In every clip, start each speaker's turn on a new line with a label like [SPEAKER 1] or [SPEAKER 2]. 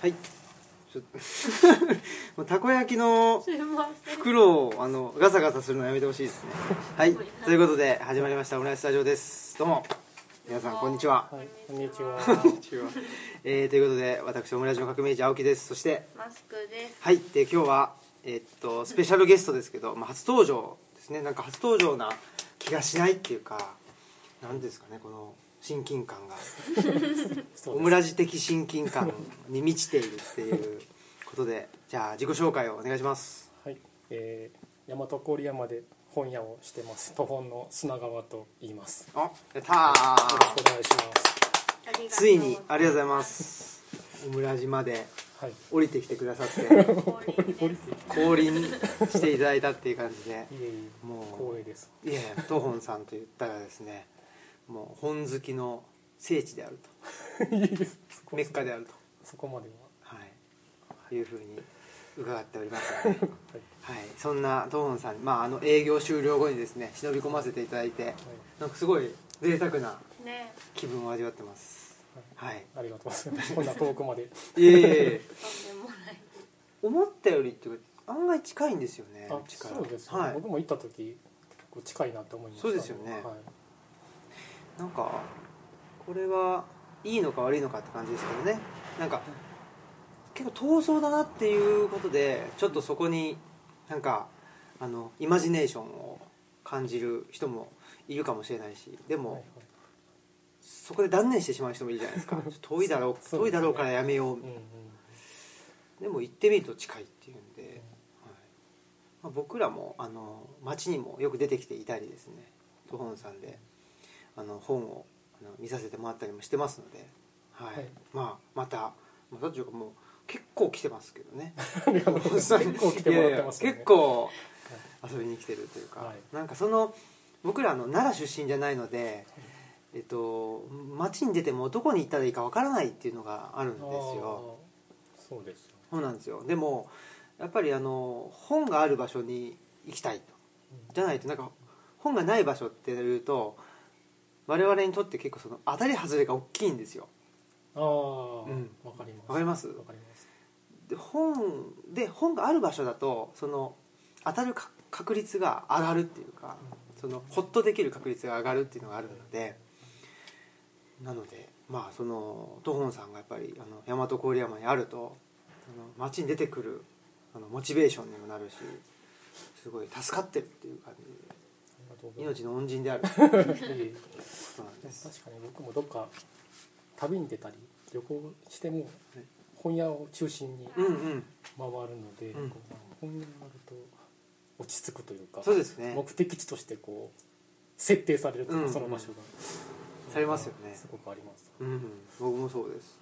[SPEAKER 1] はいちょ もうたこ焼きの
[SPEAKER 2] 注文してる
[SPEAKER 1] 袋をあのガサガサするのやめてほしいですねはいということで始まりましたオムライススタジオですどうも皆さんこんにちは
[SPEAKER 3] はい、こんに ちは。
[SPEAKER 1] えーということで私オムラジの革命児青木ですそして
[SPEAKER 2] マスクです
[SPEAKER 1] はいで今日はえっとスペシャルゲストですけど、まあ、初登場ですねなんか初登場な気がしないっていうか何ですかねこの親近感が
[SPEAKER 3] そう
[SPEAKER 1] オ
[SPEAKER 3] で
[SPEAKER 1] ムラジ的親近感に満ちているっていうことでじゃあ自己紹介をお願いします
[SPEAKER 3] すはい、えー、大和郡山で本屋をしてます。都本の砂川と言います。よ
[SPEAKER 1] あやったー
[SPEAKER 3] ろしくお願いしま
[SPEAKER 2] あ
[SPEAKER 3] す。
[SPEAKER 2] りがとう
[SPEAKER 1] ついにありがとうございますオムラジまで
[SPEAKER 3] はい、
[SPEAKER 1] 降りてきてくださって
[SPEAKER 2] 降臨です
[SPEAKER 1] 降臨していただいたっていう感じで
[SPEAKER 3] いえいえ、
[SPEAKER 1] もう
[SPEAKER 3] 光栄です。
[SPEAKER 1] いやいや東本さんと言ったらですねもう本好きの聖地である
[SPEAKER 3] いえいえ、そ
[SPEAKER 1] と
[SPEAKER 3] こ
[SPEAKER 1] メッカであると、
[SPEAKER 3] そこまでは。
[SPEAKER 1] はい、いうふうに伺っておりますの で、
[SPEAKER 3] はい、
[SPEAKER 1] はい、そんな東本さん、まあ、あの営業終了後にですね忍び込ませていただいてなんかすごい贅沢な
[SPEAKER 2] ね
[SPEAKER 1] 気分を味わってますはい
[SPEAKER 3] はい、ありがとうござ います。こんな遠くまで。
[SPEAKER 1] いえいえ
[SPEAKER 2] とんでもない
[SPEAKER 1] 思ったよりっていうか案外近いんですよね
[SPEAKER 3] あ、
[SPEAKER 1] うちから
[SPEAKER 3] そうです、ね
[SPEAKER 1] はい
[SPEAKER 3] 僕も行った時、結構近いなと思いました。
[SPEAKER 1] そうですよね
[SPEAKER 3] はい、
[SPEAKER 1] なんかこれはいいのか悪いのかって感じですけどねなんか結構闘争だなっていうことでちょっとそこになんかあのイマジネーションを感じる人もいるかもしれないしで
[SPEAKER 3] はいは
[SPEAKER 1] も
[SPEAKER 3] い
[SPEAKER 1] そこで断念してしまう人もいるじゃない ですかちょっと遠いだろう
[SPEAKER 3] そう
[SPEAKER 1] 遠
[SPEAKER 3] で
[SPEAKER 1] い
[SPEAKER 3] す
[SPEAKER 1] だ
[SPEAKER 3] ね
[SPEAKER 1] ろうからやめよう
[SPEAKER 3] うんうん、
[SPEAKER 1] でも行ってみると近いっていうんで、はいまあ、僕らもあの街にもよく出てきていたりですね徒本さんであの本をあの見させてもらったりもしてますので、はい
[SPEAKER 3] はい
[SPEAKER 1] まあ、またまたというかもう結構来てますけどね
[SPEAKER 3] ありがとうございます。 結構来てもらってます
[SPEAKER 1] い
[SPEAKER 3] よ
[SPEAKER 1] やいや
[SPEAKER 3] ね。
[SPEAKER 1] 結構遊びに来てるというか、
[SPEAKER 3] はい
[SPEAKER 1] なんかその僕らあの奈良出身じゃないので、えっと、街に出てもどこに行ったらいいかわからないっていうのがあるんですよ。
[SPEAKER 3] あー。そうですよ。
[SPEAKER 1] そうなんですよでもやっぱりあの本がある場所に行きたいとじゃないとなんか本がない場所っていうと我々にとって結構その当たり外れが大きいんですよ
[SPEAKER 3] ああ、
[SPEAKER 1] うん
[SPEAKER 3] わかります。
[SPEAKER 1] わかります
[SPEAKER 3] わかります。
[SPEAKER 1] で本で本がある場所だとその当たるか確率が上がるっていうかそのホッとできる確率が上がるっていうのがあるのでなのでまあその東本さんがやっぱりあの大和郡山にあるとあの街に出てくるあのモチベーションにもなるしすごい助かってるっていう感じで
[SPEAKER 3] ありがとうございます
[SPEAKER 1] 命の恩人であるというこ
[SPEAKER 3] いえいえ
[SPEAKER 1] となんです
[SPEAKER 3] 確かに僕もどっか旅に出たり旅行しても本屋を中心に
[SPEAKER 1] うん
[SPEAKER 3] 回
[SPEAKER 1] う
[SPEAKER 3] る
[SPEAKER 1] ん
[SPEAKER 3] ので、
[SPEAKER 1] うん
[SPEAKER 3] こう本屋があると落ち着くというか
[SPEAKER 1] そうですね
[SPEAKER 3] 目的地としてこう設定されるというか、
[SPEAKER 1] うん
[SPEAKER 3] その場所が、
[SPEAKER 1] されますよね
[SPEAKER 3] すごくあります
[SPEAKER 1] うん、僕もそうです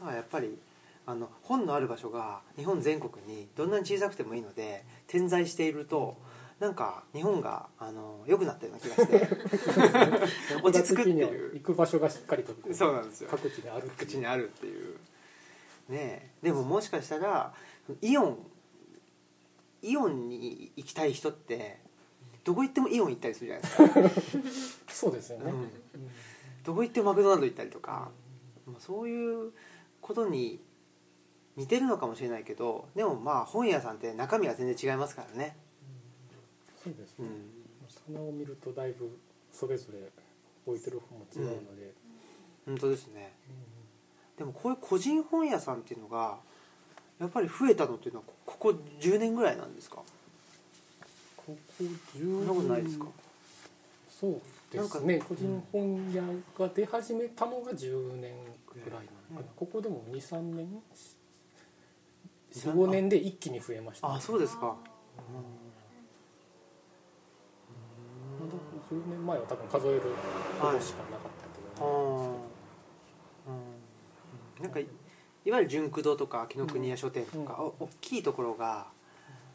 [SPEAKER 1] ただやっぱりあの本のある場所が日本全国にどんなに小さくてもいいので点在しているとなんか日本があの良くなったような気がして落ち着くっていう
[SPEAKER 3] 僕ら的には行く場所がしっかりとこ う
[SPEAKER 1] そうなんですよ
[SPEAKER 3] 各地にあるって
[SPEAKER 1] 口
[SPEAKER 3] いう
[SPEAKER 1] にあるっていうねえでももしかしたらイオンイオンに行きたい人ってどこ行ってもイオン行ったりするじゃないですか、
[SPEAKER 3] そうですよね、
[SPEAKER 1] うん
[SPEAKER 3] うん
[SPEAKER 1] どこ行ってもマクドナルド行ったりとか、まあ、そういうことに似てるのかもしれないけどでもまあ本屋さんって中身が全然違いますからね、
[SPEAKER 3] そうです
[SPEAKER 1] う
[SPEAKER 3] ね、
[SPEAKER 1] ん、
[SPEAKER 3] 棚を見るとだいぶそれぞれ置いてる本も違うので、
[SPEAKER 1] 本当ですね
[SPEAKER 3] うん
[SPEAKER 1] でもこういう個人本屋さんっていうのがやっぱり増えたのっていうのはこここ10年ぐらいなんですか
[SPEAKER 3] ここ
[SPEAKER 1] そんなこと
[SPEAKER 3] 10
[SPEAKER 1] ないですか
[SPEAKER 3] そうで
[SPEAKER 1] なんか
[SPEAKER 3] すね
[SPEAKER 1] う
[SPEAKER 3] 個
[SPEAKER 1] ん
[SPEAKER 3] 人本屋が出始めたのが10年ぐらいなのかな、
[SPEAKER 1] うん
[SPEAKER 3] ここでも23年
[SPEAKER 1] 23
[SPEAKER 3] 45年で一気に増えました、
[SPEAKER 1] あそうですか
[SPEAKER 3] まだ10年前は多分数えるほどしかなかったけ
[SPEAKER 1] あ
[SPEAKER 3] ど、
[SPEAKER 1] ーうんなんかいいわゆる純駆動とか紀ノ国屋書店とか、
[SPEAKER 3] うん
[SPEAKER 1] お大きいところが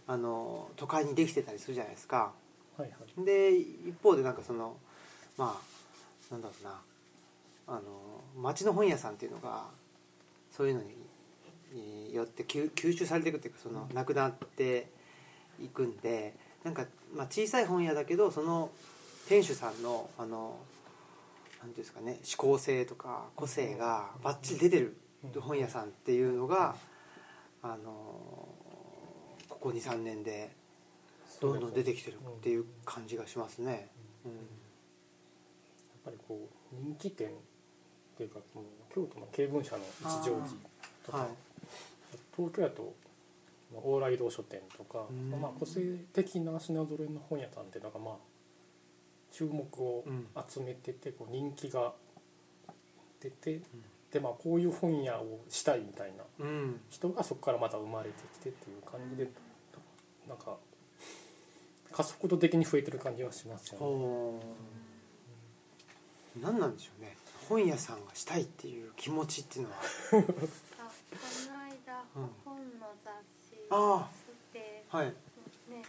[SPEAKER 1] あの都会にできてたりするじゃないですか
[SPEAKER 3] はいはい
[SPEAKER 1] で一方でなんかそのまあなんだろうなあの町の本屋さんっていうのがそういうのにえーよって吸吸収されていくっていうかそのなくなっていくんでなんか、まあ、小さい本屋だけどその店主さんのあのなんていうんですかね思考性とか個性がバッチリ出てる
[SPEAKER 3] うん
[SPEAKER 1] 本屋さんっていうのが、あのここ23年でどんどん出てきてるっていう感じがしますね。うん
[SPEAKER 3] やっぱりこう人気店っていうかこの京都の慶文社の一乗寺とか、
[SPEAKER 1] はい
[SPEAKER 3] 東京やとまあ往来堂書店とか、
[SPEAKER 1] うん
[SPEAKER 3] まあ、個性的な品揃えの本屋さんってなんかまあ注目を
[SPEAKER 1] うん
[SPEAKER 3] 集めててこう人気が出て、でまあこういう本屋をしたいみたいな
[SPEAKER 1] うん
[SPEAKER 3] 人がそこからまた生まれてきてっていう感じでなんか加速度的に増えてる感じはしますよね。
[SPEAKER 1] ほう何なんでしょうね本屋さんがしたいっていう気持ちっていうのは
[SPEAKER 2] あこ
[SPEAKER 1] う
[SPEAKER 2] の間、
[SPEAKER 1] ん
[SPEAKER 2] 本の雑誌
[SPEAKER 1] あ
[SPEAKER 2] で、
[SPEAKER 1] あはい
[SPEAKER 2] ね、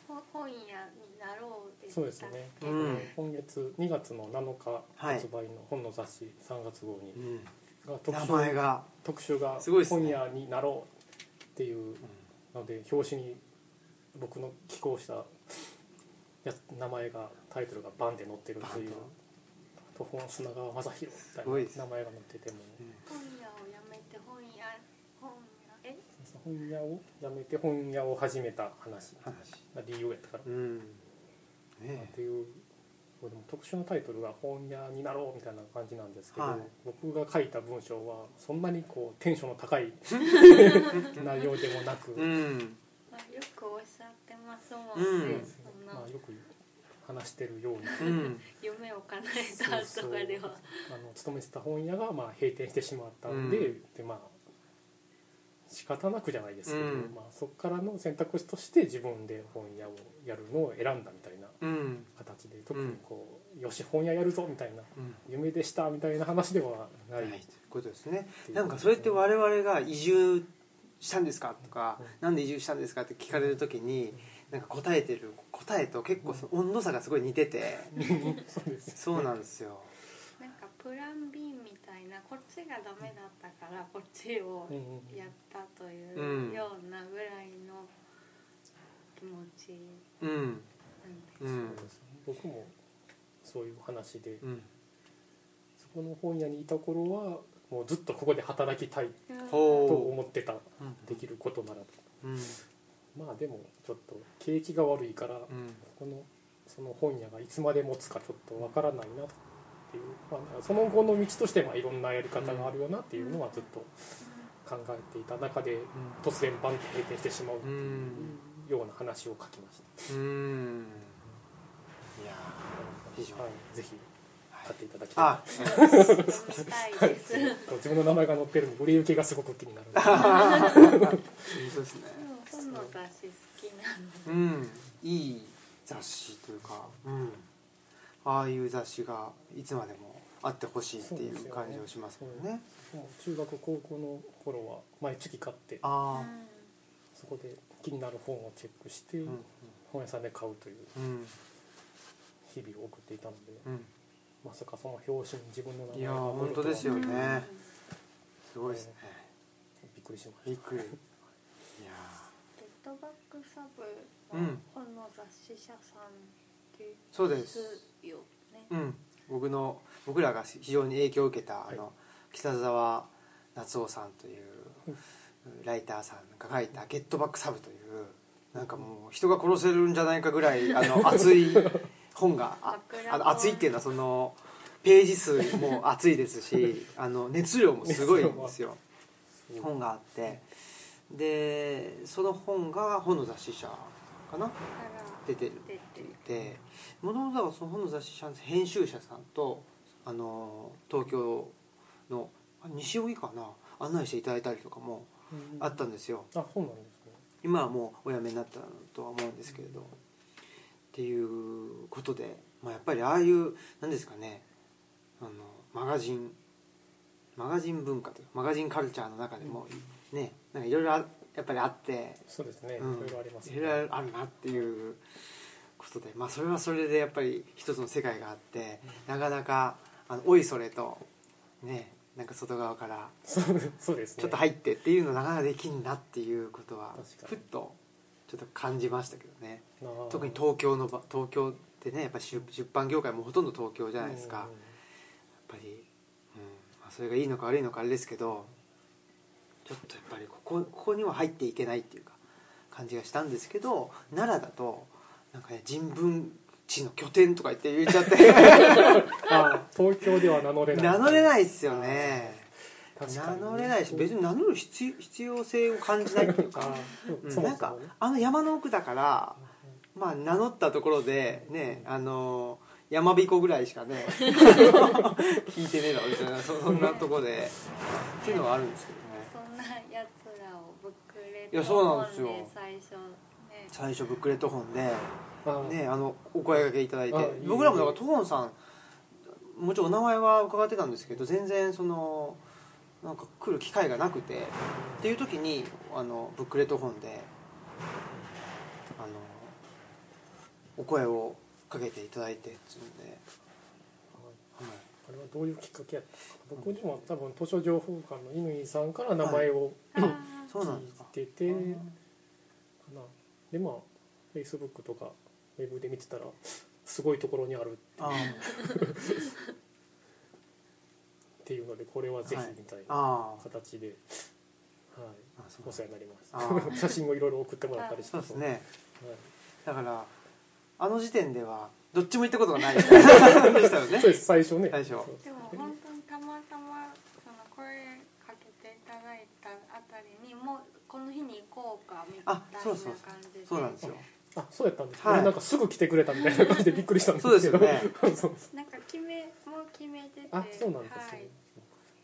[SPEAKER 2] ほ本屋になろうって
[SPEAKER 3] そ
[SPEAKER 2] 言
[SPEAKER 3] うで
[SPEAKER 2] っ
[SPEAKER 3] す
[SPEAKER 2] た
[SPEAKER 3] ね
[SPEAKER 2] け
[SPEAKER 1] う
[SPEAKER 2] ど、
[SPEAKER 1] ん
[SPEAKER 3] 今月2月の7日
[SPEAKER 1] はい
[SPEAKER 3] 発売の本の雑誌3月号に
[SPEAKER 1] うん
[SPEAKER 3] が特
[SPEAKER 1] 名前
[SPEAKER 3] 集
[SPEAKER 1] が、
[SPEAKER 3] 特集が
[SPEAKER 1] すごいっすね
[SPEAKER 3] 本屋になろうっていうので表紙に僕の寄稿したや名前がタイトルがバンで載ってる
[SPEAKER 1] バン
[SPEAKER 3] と
[SPEAKER 1] と
[SPEAKER 3] いう途方砂川正宏みたい
[SPEAKER 1] すごいっす
[SPEAKER 3] な名前が載ってても
[SPEAKER 1] うん
[SPEAKER 2] 本屋をやめて本屋本屋え
[SPEAKER 3] 本屋をやめて本屋を始めた話
[SPEAKER 1] 話
[SPEAKER 3] が理由やったから
[SPEAKER 1] うん
[SPEAKER 3] っ
[SPEAKER 1] ね
[SPEAKER 3] ていうこれでも特殊なタイトルが「本屋になろう」みたいな感じなんですけど、
[SPEAKER 1] はい
[SPEAKER 3] 僕が書いた文章はそんなにこうテンションの高 い内容でもなく、
[SPEAKER 1] えうん
[SPEAKER 2] まあ、よくおっしゃってますもん
[SPEAKER 1] う
[SPEAKER 2] ね、
[SPEAKER 1] ん
[SPEAKER 2] そんな
[SPEAKER 3] まあ、よく話してるように
[SPEAKER 1] うん
[SPEAKER 2] 夢を叶えたとかでは
[SPEAKER 3] そうそうあの勤めてた本屋がまあ閉店してしまったんで,、
[SPEAKER 1] うん
[SPEAKER 3] でまあ仕方なくじゃないですけど、
[SPEAKER 1] うん
[SPEAKER 3] まあ、そこからの選択肢として自分で本屋をやるのを選んだみたいな
[SPEAKER 1] うん
[SPEAKER 3] 形で特にこう、よし本屋やるぞみたいな
[SPEAKER 1] うん
[SPEAKER 3] 夢でしたみたいな話ではな
[SPEAKER 1] な
[SPEAKER 3] い、
[SPEAKER 1] いということですねなんかそれって我々が移住したんですかとか、
[SPEAKER 3] うん
[SPEAKER 1] なんで移住したんですかって聞かれるときになんか答えてる答えと結構その温度差がすごい似てて、
[SPEAKER 3] そうです
[SPEAKER 1] そうなんですよ
[SPEAKER 2] なんかプラン B みたいなこっちがダメだったからこっちを
[SPEAKER 3] うんうん
[SPEAKER 2] やったとい
[SPEAKER 1] うん
[SPEAKER 2] うようなぐらいの気持ち
[SPEAKER 1] うん
[SPEAKER 2] なんで
[SPEAKER 1] うん
[SPEAKER 3] そうです僕もそういう話で、
[SPEAKER 1] うん
[SPEAKER 3] そこの本屋にいた頃はもうずっとここで働きたいと
[SPEAKER 1] ほ
[SPEAKER 3] 思ってた
[SPEAKER 1] うん
[SPEAKER 3] できることなら
[SPEAKER 1] うん
[SPEAKER 3] まあでもちょっと景気が悪いから、
[SPEAKER 1] うん
[SPEAKER 3] このその本屋がいつまで持つかちょっとわからないなっていう、まあ、その後の道としてまあいろんなやり方があるよなっていうのはずっと考えていた中で突然バンと閉店してしまう
[SPEAKER 1] うんうん
[SPEAKER 3] ような話を書きまし
[SPEAKER 1] うんいや以上
[SPEAKER 3] た、はい、ぜひ
[SPEAKER 1] ーは
[SPEAKER 3] 買
[SPEAKER 1] い
[SPEAKER 3] っていただきたい
[SPEAKER 1] あ
[SPEAKER 2] 読みたいです。でも
[SPEAKER 3] 自分の名前が載ってるので売れ行きがすごく気になる
[SPEAKER 1] 本当ですね
[SPEAKER 2] 本の雑誌好きなの。
[SPEAKER 1] うんいい雑誌というか、うん、ああいう雑誌がいつまでもあってほしいっていう感じをしますもんね
[SPEAKER 3] もう中学高校の頃は毎月買って
[SPEAKER 1] ああ
[SPEAKER 3] そこで気になる本をチェックして、
[SPEAKER 1] うん
[SPEAKER 3] 本屋さんで買うという
[SPEAKER 1] うん
[SPEAKER 3] 日々を送っていたので、
[SPEAKER 1] うん
[SPEAKER 3] まさかその表紙に自分の名
[SPEAKER 1] い
[SPEAKER 3] 前
[SPEAKER 1] や
[SPEAKER 3] が
[SPEAKER 1] ー
[SPEAKER 3] 載ると
[SPEAKER 1] 本
[SPEAKER 3] は
[SPEAKER 1] 当ですよ
[SPEAKER 2] うん
[SPEAKER 1] ねすごいですね
[SPEAKER 3] びっくりしま
[SPEAKER 1] び
[SPEAKER 3] し
[SPEAKER 1] ったくりいや
[SPEAKER 2] レッドバックサブ
[SPEAKER 1] う
[SPEAKER 2] は
[SPEAKER 1] ん
[SPEAKER 2] 本の雑誌社さんで
[SPEAKER 1] ーそうです
[SPEAKER 2] すよね。
[SPEAKER 1] うん僕の僕らが非常に影響を受けたあの、
[SPEAKER 3] は
[SPEAKER 1] 北沢夏夫さんというライターさんが書いた「ゲットバックサブ」というなんかもう人が殺せるんじゃないかぐらいあの熱い本があ
[SPEAKER 2] 枕
[SPEAKER 1] あの
[SPEAKER 2] 本
[SPEAKER 1] 熱いっていうのはそのページ数も熱いですしあの熱量もすごいんですよ
[SPEAKER 3] 量
[SPEAKER 1] 本があってでその本が本の雑誌社かな
[SPEAKER 2] から
[SPEAKER 1] 出てる
[SPEAKER 2] 出
[SPEAKER 1] っ
[SPEAKER 2] て
[SPEAKER 1] て言ってもともとはその本の雑誌社の編集者さんとあの東京のあ西荻かな案内していただいたりとかもあったんですよ
[SPEAKER 3] あそうなんですね
[SPEAKER 1] 今はもうお辞めになったとは思うんですけれどっていうことで、まあ、やっぱりああいう何ですかねあのマガジンマガジン文化というかマガジンカルチャーの中でもねなんかいろいろあやっぱりあって
[SPEAKER 3] そうですね、
[SPEAKER 1] うん
[SPEAKER 3] いろいろありますね
[SPEAKER 1] いろいろあるなっていうことでまあそれはそれでやっぱり一つの世界があってなかなかあのおいそれとねなんか外側から
[SPEAKER 3] そうそうですね
[SPEAKER 1] ちょっと入ってっていうのなかなかできんなっていうことは
[SPEAKER 3] 確かに
[SPEAKER 1] ふっとちょっと感じましたけどね
[SPEAKER 3] あー
[SPEAKER 1] 特に東京の場東京ってねやっぱり出出版業界もほとんど東京じゃないですか、
[SPEAKER 3] うん
[SPEAKER 1] やっぱり、うんまあ、それがいいのか悪いのかあれですけどこここには入っていけないっていうか感じがしたんですけど奈良だとなんかね人文地の拠点とか言って言えちゃって
[SPEAKER 3] あー東京では名乗れない
[SPEAKER 1] 名乗れないですよね
[SPEAKER 3] 確か
[SPEAKER 1] 名
[SPEAKER 3] に
[SPEAKER 1] 乗れないし別に名乗る必必要性を感じないっていう
[SPEAKER 3] あ
[SPEAKER 1] か、
[SPEAKER 3] ー
[SPEAKER 1] うん
[SPEAKER 3] そもそもね
[SPEAKER 1] なんかあの山の奥だからまあ名乗ったところでねあの山彦ぐらいしか ね聞いてねえだろみたいなそそんなとこでっていうのはあるんですけどね
[SPEAKER 2] そんなやつらをブックレッ
[SPEAKER 1] いやそうなんですよ
[SPEAKER 2] 本で最初ね
[SPEAKER 1] 最初ブックレット本で、
[SPEAKER 3] あー
[SPEAKER 1] ね、あのお声掛けいただいて
[SPEAKER 3] あいい
[SPEAKER 1] 僕らもだからトーンさんもちろんお名前は伺ってたんですけど全然そのなんか来る機会がなくてっていう時にあのブックレット本であのお声をかけていただいてっていうので、はい
[SPEAKER 3] あれはどういうきっかけやったんですか僕でも多分図書情報館の乾さんから名前を
[SPEAKER 2] あー
[SPEAKER 1] そうなんですか
[SPEAKER 3] 聞いてて
[SPEAKER 1] う
[SPEAKER 3] か
[SPEAKER 1] ん
[SPEAKER 3] なでまあフェイスブックとかウェブで見てたらすごいところにある
[SPEAKER 1] あー
[SPEAKER 3] っていうのでこれはぜひみたいな
[SPEAKER 1] あー
[SPEAKER 3] 形で、はい、
[SPEAKER 1] あそう
[SPEAKER 3] お世話になりまし
[SPEAKER 1] あー
[SPEAKER 3] た 写真をいろいろ送ってもらったりして
[SPEAKER 1] そうですね
[SPEAKER 3] はい
[SPEAKER 1] だからあの時点ではどっちも行ったことがないでしたよね
[SPEAKER 3] そうです最初ね
[SPEAKER 1] 最初
[SPEAKER 3] そう
[SPEAKER 2] でも本当にたまたまその声かけていただいたあたりにもうこの日に行こうかみたいな
[SPEAKER 1] あそう
[SPEAKER 2] 感
[SPEAKER 1] そう
[SPEAKER 2] じで
[SPEAKER 1] そうなんですよ
[SPEAKER 3] あそうやったんです、
[SPEAKER 1] はい
[SPEAKER 3] 俺なんかすぐ来てくれたみたいな感じでびっくりしたんですけ
[SPEAKER 1] そ
[SPEAKER 3] ど
[SPEAKER 1] うですよ
[SPEAKER 3] そう
[SPEAKER 2] なんか決めもう決めてて
[SPEAKER 3] あそうなんですね、
[SPEAKER 2] はい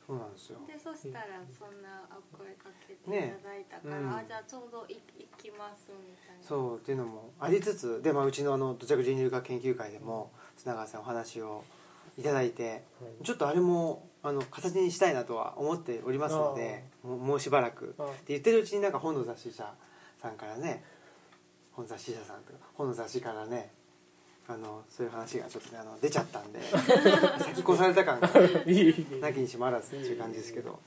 [SPEAKER 1] そうなんですよ
[SPEAKER 2] でそしたらそんなお声かけていただいたから、
[SPEAKER 1] ねうん
[SPEAKER 2] あじゃあちょうどい行きますみたいなう
[SPEAKER 1] そうっていうのもありつつで、まあ、うちのあの土着人類学研究会でも砂川さんお話をいただいて
[SPEAKER 3] はい
[SPEAKER 1] ちょっとあれもあの形にしたいなとは思っておりますのでもうもうしばらくって
[SPEAKER 3] あ
[SPEAKER 1] 言ってるうちになんか本の雑誌社さんからね本雑誌社さんとか本の雑誌からねあのそういう話がちょっとねあの出ちゃった んで先越された感が
[SPEAKER 3] いいいいいい
[SPEAKER 1] なきにしもあらずっていう感じですけど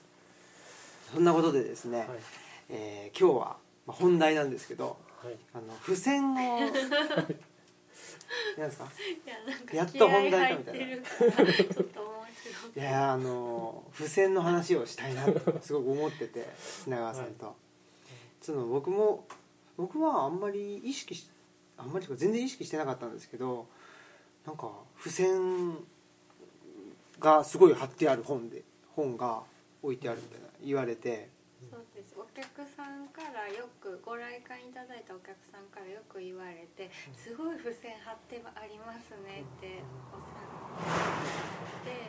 [SPEAKER 1] そんなことでですね、
[SPEAKER 3] はい
[SPEAKER 1] えー今日はまあ本題なんですけど
[SPEAKER 3] はい
[SPEAKER 1] あの付 箋をなんですか
[SPEAKER 2] いやなんか
[SPEAKER 1] やっと本題かみ
[SPEAKER 2] 気合
[SPEAKER 1] たい
[SPEAKER 2] 入
[SPEAKER 1] な
[SPEAKER 2] ってるからちょっと面白
[SPEAKER 1] い
[SPEAKER 2] い
[SPEAKER 1] やーあのー付箋の話をしたいなと すごく思ってて砂川さんと、その僕も僕はあんまり意識しあんまりというか全然意識してなかったんですけどなんか付箋がすごい貼ってある本で本が置いてあるみたいな言われて
[SPEAKER 2] そうですお客さんからよくご来館いただいたお客さんからよく言われて「すごい付箋貼ってありますね」っておっしゃってで、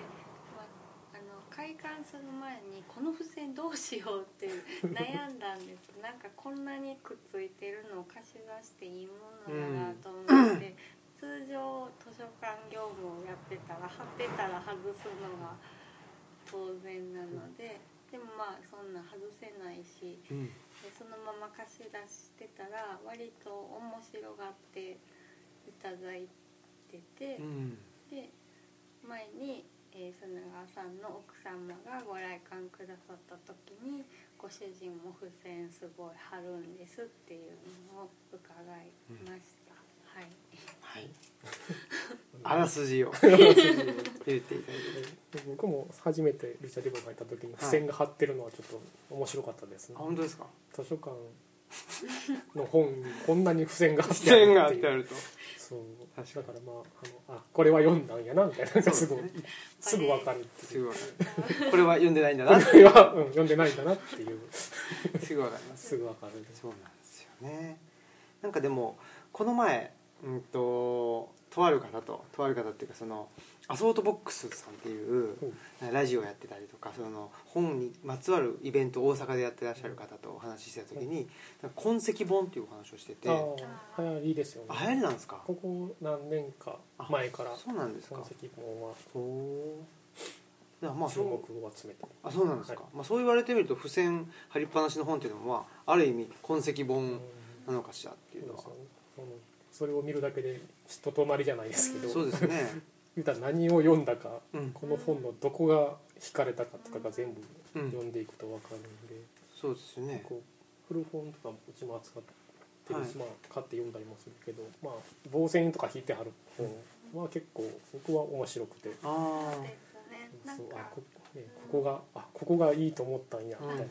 [SPEAKER 2] まあの開館する前にこの付箋どうしようって悩んだんですなんかこんなにくっついてるのを貸し出していいものだなと思って、通常図書館業務をやってたら貼ってたら外すのが当然なので。でもまあそんな外せないし
[SPEAKER 1] うん
[SPEAKER 2] でそのまま貸し出してたら割と面白がっていただいてて、
[SPEAKER 1] うん
[SPEAKER 2] で前に、えー、砂川さんの奥様がご来館くださった時にご主人も付箋すごい貼るんですっていうのを伺いました、はい
[SPEAKER 1] はいあらす じを言っていただいて
[SPEAKER 3] で僕も初めてルチャリブロがいた時に付箋が貼ってるのはちょっと面白かったですね、
[SPEAKER 1] あ本当ですか
[SPEAKER 3] 図書館の本にこんなに付箋が貼っ
[SPEAKER 1] 付
[SPEAKER 3] てある
[SPEAKER 1] 箋が貼
[SPEAKER 3] っ
[SPEAKER 1] っててあ
[SPEAKER 3] いう
[SPEAKER 1] ると
[SPEAKER 3] そう
[SPEAKER 1] 確か
[SPEAKER 3] だ
[SPEAKER 1] に
[SPEAKER 3] からまああのあこれは読んだんやなみたいななんかす
[SPEAKER 1] そ
[SPEAKER 3] ご
[SPEAKER 1] う
[SPEAKER 3] い
[SPEAKER 1] ですね
[SPEAKER 3] すぐ分かるって
[SPEAKER 1] す
[SPEAKER 3] いう
[SPEAKER 1] ごいこれは読んでないんだ
[SPEAKER 3] こ
[SPEAKER 1] な
[SPEAKER 3] れ
[SPEAKER 1] って
[SPEAKER 3] は、うん、読んでないんだなっていう
[SPEAKER 1] すぐわかります
[SPEAKER 3] すぐ分かるです
[SPEAKER 1] そうなんですよねなんかでもこの前うんととある方ととある方っていうかそのアソートボックスさんっていう
[SPEAKER 3] うん
[SPEAKER 1] ラジオやってたりとかその本にまつわるイベントを大阪でやってらっしゃる方とお話ししてた時になんか痕跡本っていうお話をしてて
[SPEAKER 3] あ
[SPEAKER 1] あ
[SPEAKER 3] あ流行りですよね
[SPEAKER 1] 流行りなんですか
[SPEAKER 3] ここ何年か前から
[SPEAKER 1] そうなんです
[SPEAKER 3] 本
[SPEAKER 1] か
[SPEAKER 3] 籍本は
[SPEAKER 1] ほうだからまあ
[SPEAKER 3] 注
[SPEAKER 1] そう
[SPEAKER 3] 目を集めて
[SPEAKER 1] あそうなんですか、
[SPEAKER 3] は
[SPEAKER 1] まあ、そう言われてみると付箋貼りっぱなしの本っていうのはある意味痕跡
[SPEAKER 3] うん
[SPEAKER 1] 本なのかしらっていうのは
[SPEAKER 3] そうですよねうんそれを見るだけで人となりじゃないですけど
[SPEAKER 1] そうですね、
[SPEAKER 3] 言うたら何を読んだか
[SPEAKER 1] うん、
[SPEAKER 3] この本のどこが惹かれたかとかが全部
[SPEAKER 1] うん
[SPEAKER 3] 読んでいくと分かるんで、
[SPEAKER 1] そうですね
[SPEAKER 3] こう古本とかうちも扱ってるし、
[SPEAKER 1] はい
[SPEAKER 3] まあ、買って読んだりもするけど、まあ、防線とか引いてある本は結構僕は面白くて、
[SPEAKER 1] あ
[SPEAKER 2] そ
[SPEAKER 1] あ
[SPEAKER 2] うですねなん
[SPEAKER 3] そうあ
[SPEAKER 2] か
[SPEAKER 3] こ,、ね、ここがあここがいいと思ったんやみたいなのも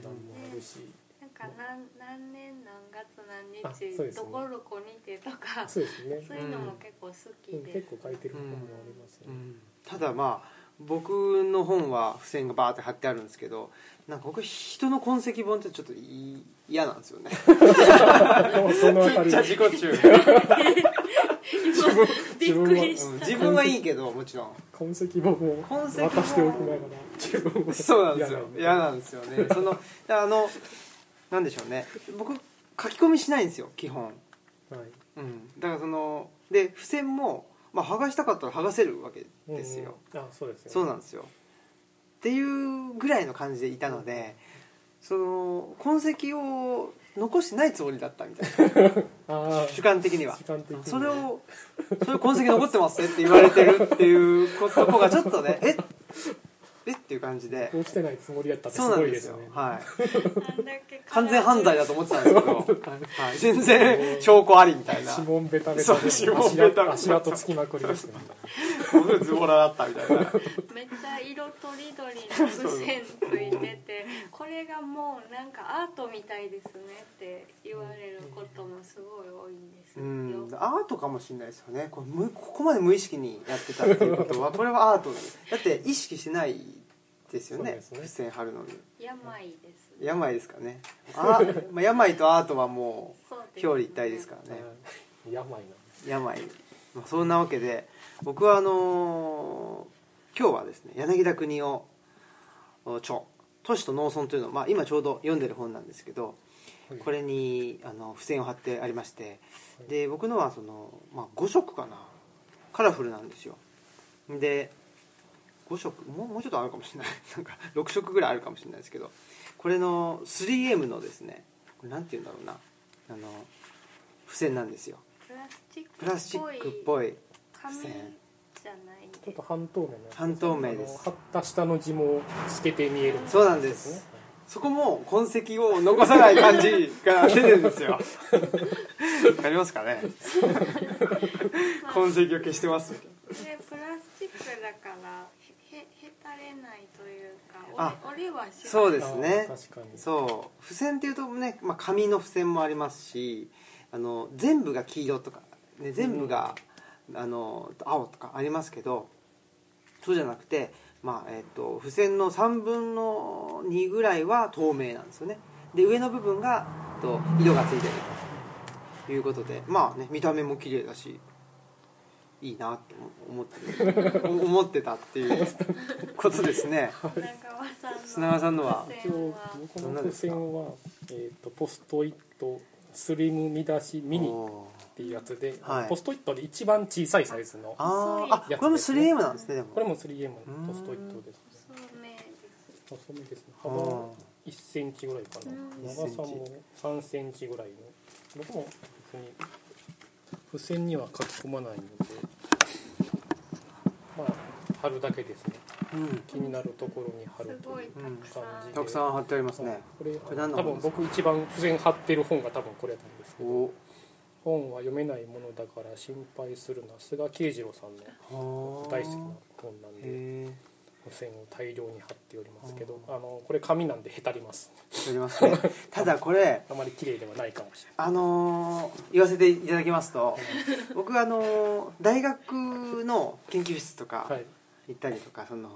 [SPEAKER 3] あるし、
[SPEAKER 2] なんかか何何年何月何
[SPEAKER 3] あそうで
[SPEAKER 2] 日
[SPEAKER 3] すね
[SPEAKER 2] どこどこにてとか
[SPEAKER 3] そうですね
[SPEAKER 2] そういうのも結構好
[SPEAKER 3] う
[SPEAKER 2] き
[SPEAKER 3] ん
[SPEAKER 2] で
[SPEAKER 3] 結
[SPEAKER 2] す、
[SPEAKER 3] 構書いてる本もありますよ
[SPEAKER 1] う
[SPEAKER 3] ね、
[SPEAKER 1] んただまあ僕の本は付箋がバーって貼ってあるんですけどなんか僕人の痕跡本ってちょっとい嫌なんですよね
[SPEAKER 3] そのあた り
[SPEAKER 1] 自己中
[SPEAKER 2] びっくりし
[SPEAKER 1] 自分はいいけどもちろん
[SPEAKER 3] 痕跡簿も
[SPEAKER 1] 痕
[SPEAKER 3] 渡
[SPEAKER 1] 跡簿
[SPEAKER 3] しておきながら自分 も
[SPEAKER 1] そうなんですよ嫌
[SPEAKER 3] だ
[SPEAKER 1] なんですよねそのあのなんでしょうね僕書き込みしないんですよ基本
[SPEAKER 3] はい
[SPEAKER 1] うんだからそので付箋も、まあ、剥がしたかったら剥がせるわけ
[SPEAKER 3] うん
[SPEAKER 1] ですよ、
[SPEAKER 3] あそうですよね
[SPEAKER 1] そうなんですよっていうぐらいの感じでいたのでその痕跡を残してないつもりだったみたい
[SPEAKER 3] あ
[SPEAKER 1] な主観的には
[SPEAKER 3] 時間的に
[SPEAKER 1] それ を「それ痕跡残ってますね」って言われてるっていうことがちょっとねええっていう感じで
[SPEAKER 3] こうしてないつもりだったって
[SPEAKER 1] そ
[SPEAKER 3] す
[SPEAKER 1] うなん
[SPEAKER 3] ごい
[SPEAKER 1] で
[SPEAKER 3] ですす
[SPEAKER 1] よ
[SPEAKER 3] よね
[SPEAKER 1] はい
[SPEAKER 2] たあんだけ
[SPEAKER 1] 完全犯罪だと思ってたんですけ ど、はい、全然証拠ありみたいな
[SPEAKER 3] 指 紋ベタベ
[SPEAKER 1] そ
[SPEAKER 3] タ
[SPEAKER 1] う
[SPEAKER 3] で足
[SPEAKER 1] 指紋ベタベタ
[SPEAKER 3] 跡足跡つきまくりですね
[SPEAKER 1] 僕ズボラだったみたいな
[SPEAKER 2] めっちゃ色とりどりの付箋ついて てこれがもうなんかアートみたいですねって言われることもすごい多いんです
[SPEAKER 1] う
[SPEAKER 2] よ、
[SPEAKER 1] ん、アートかもしれないですよねこれむここまで無意識にやってたっていうこと はこれはアートですだって意識してないですよ
[SPEAKER 3] そう
[SPEAKER 1] ね
[SPEAKER 3] ですね
[SPEAKER 1] 付箋貼るのに
[SPEAKER 2] 病ですね
[SPEAKER 1] 病ですかねあ、まあ、病とアートはも
[SPEAKER 2] そう
[SPEAKER 1] う表裏一体ですかららね
[SPEAKER 3] はい病なんで
[SPEAKER 1] 病、まあ、そんなわけで僕はあのー今日はですね柳田国男著「都市と農村」というのを、まあ、今ちょうど読んでる本なんですけど
[SPEAKER 3] はい
[SPEAKER 1] これにあの付箋を貼ってありましてで僕のはその、まあ、5色かなカラフルなんですよで5色もうもうちょっとあるかもしれない なんか6色ぐらいあるかもしれないですけどこれの 3M のですねこれなんて言うんだろうなあの付箋なんですよ
[SPEAKER 2] プラスチックっぽ
[SPEAKER 1] プ
[SPEAKER 2] い
[SPEAKER 1] ラスチックっぽい
[SPEAKER 2] 紙じゃないん
[SPEAKER 3] ちょっ
[SPEAKER 2] で
[SPEAKER 3] と半透明のやつ
[SPEAKER 1] 半透明で
[SPEAKER 3] あの
[SPEAKER 1] す
[SPEAKER 3] 貼った下の字も透けて見える
[SPEAKER 1] そうなんですそこも痕跡を残さない感じが出てるんですよわかりますかね痕跡を
[SPEAKER 2] まあ
[SPEAKER 1] 消してます
[SPEAKER 2] でプラスチックだからへへへたれないというか
[SPEAKER 1] あ
[SPEAKER 2] 折れ折れはしない
[SPEAKER 1] そうですね
[SPEAKER 3] あー確かに
[SPEAKER 1] そう付箋っていうとね、まあ、紙の付箋もありますしあの全部が黄色とか、ね、全部が、あの青とかありますけどそうじゃなくて、まあえっと付箋の3分の2ぐらいは透明なんですよねで上の部分が、えっと、色がついてるということでまあね見た目も綺麗だしいいなって思ってる思ってたっていうことですね
[SPEAKER 2] 砂川さんの
[SPEAKER 1] 砂川さんのは
[SPEAKER 2] 付
[SPEAKER 3] 一
[SPEAKER 2] 箋
[SPEAKER 3] 応
[SPEAKER 2] は
[SPEAKER 3] この付箋は、えー、とポストイットスリム見出しミニっ
[SPEAKER 1] おー
[SPEAKER 3] ていうやつで、
[SPEAKER 1] はい
[SPEAKER 3] ポストイットで一番小さいサイズの
[SPEAKER 1] あー
[SPEAKER 3] やつですね
[SPEAKER 1] あこれも 3M なんですねでも
[SPEAKER 3] これも 3M
[SPEAKER 1] うん
[SPEAKER 3] のポストイットです
[SPEAKER 2] 透明です
[SPEAKER 3] 細めですね
[SPEAKER 1] あー
[SPEAKER 3] 幅1センチぐらいかな
[SPEAKER 2] うん
[SPEAKER 3] 長さも3センチぐらいの僕も別に付箋には書き込まないのでまあ貼るだけですね
[SPEAKER 1] うん
[SPEAKER 3] 気になるところに貼る
[SPEAKER 2] す
[SPEAKER 3] と
[SPEAKER 2] ご
[SPEAKER 3] い
[SPEAKER 2] いうたくさん、
[SPEAKER 3] 感じ
[SPEAKER 1] たくさん貼ってあります
[SPEAKER 3] はい
[SPEAKER 1] ね
[SPEAKER 3] これ
[SPEAKER 1] れ何の本
[SPEAKER 3] 多分
[SPEAKER 1] ですか
[SPEAKER 3] 僕一番付箋貼ってる本が多分これなんですけど
[SPEAKER 1] お
[SPEAKER 3] 本は読めないものだから心配するな菅慶次郎さんの
[SPEAKER 1] お
[SPEAKER 3] 大好きな本なん
[SPEAKER 1] へ
[SPEAKER 3] で
[SPEAKER 1] え
[SPEAKER 3] 付箋を大量に貼っておりますけど
[SPEAKER 1] あ
[SPEAKER 3] あのこれ紙なんでへたります
[SPEAKER 1] あります ねただこれ
[SPEAKER 3] あまり綺麗ではないかもしれない
[SPEAKER 1] あのー言わせていただきますと僕あのー大学の研究室と
[SPEAKER 3] は
[SPEAKER 1] か
[SPEAKER 3] い
[SPEAKER 1] 行ったりとかその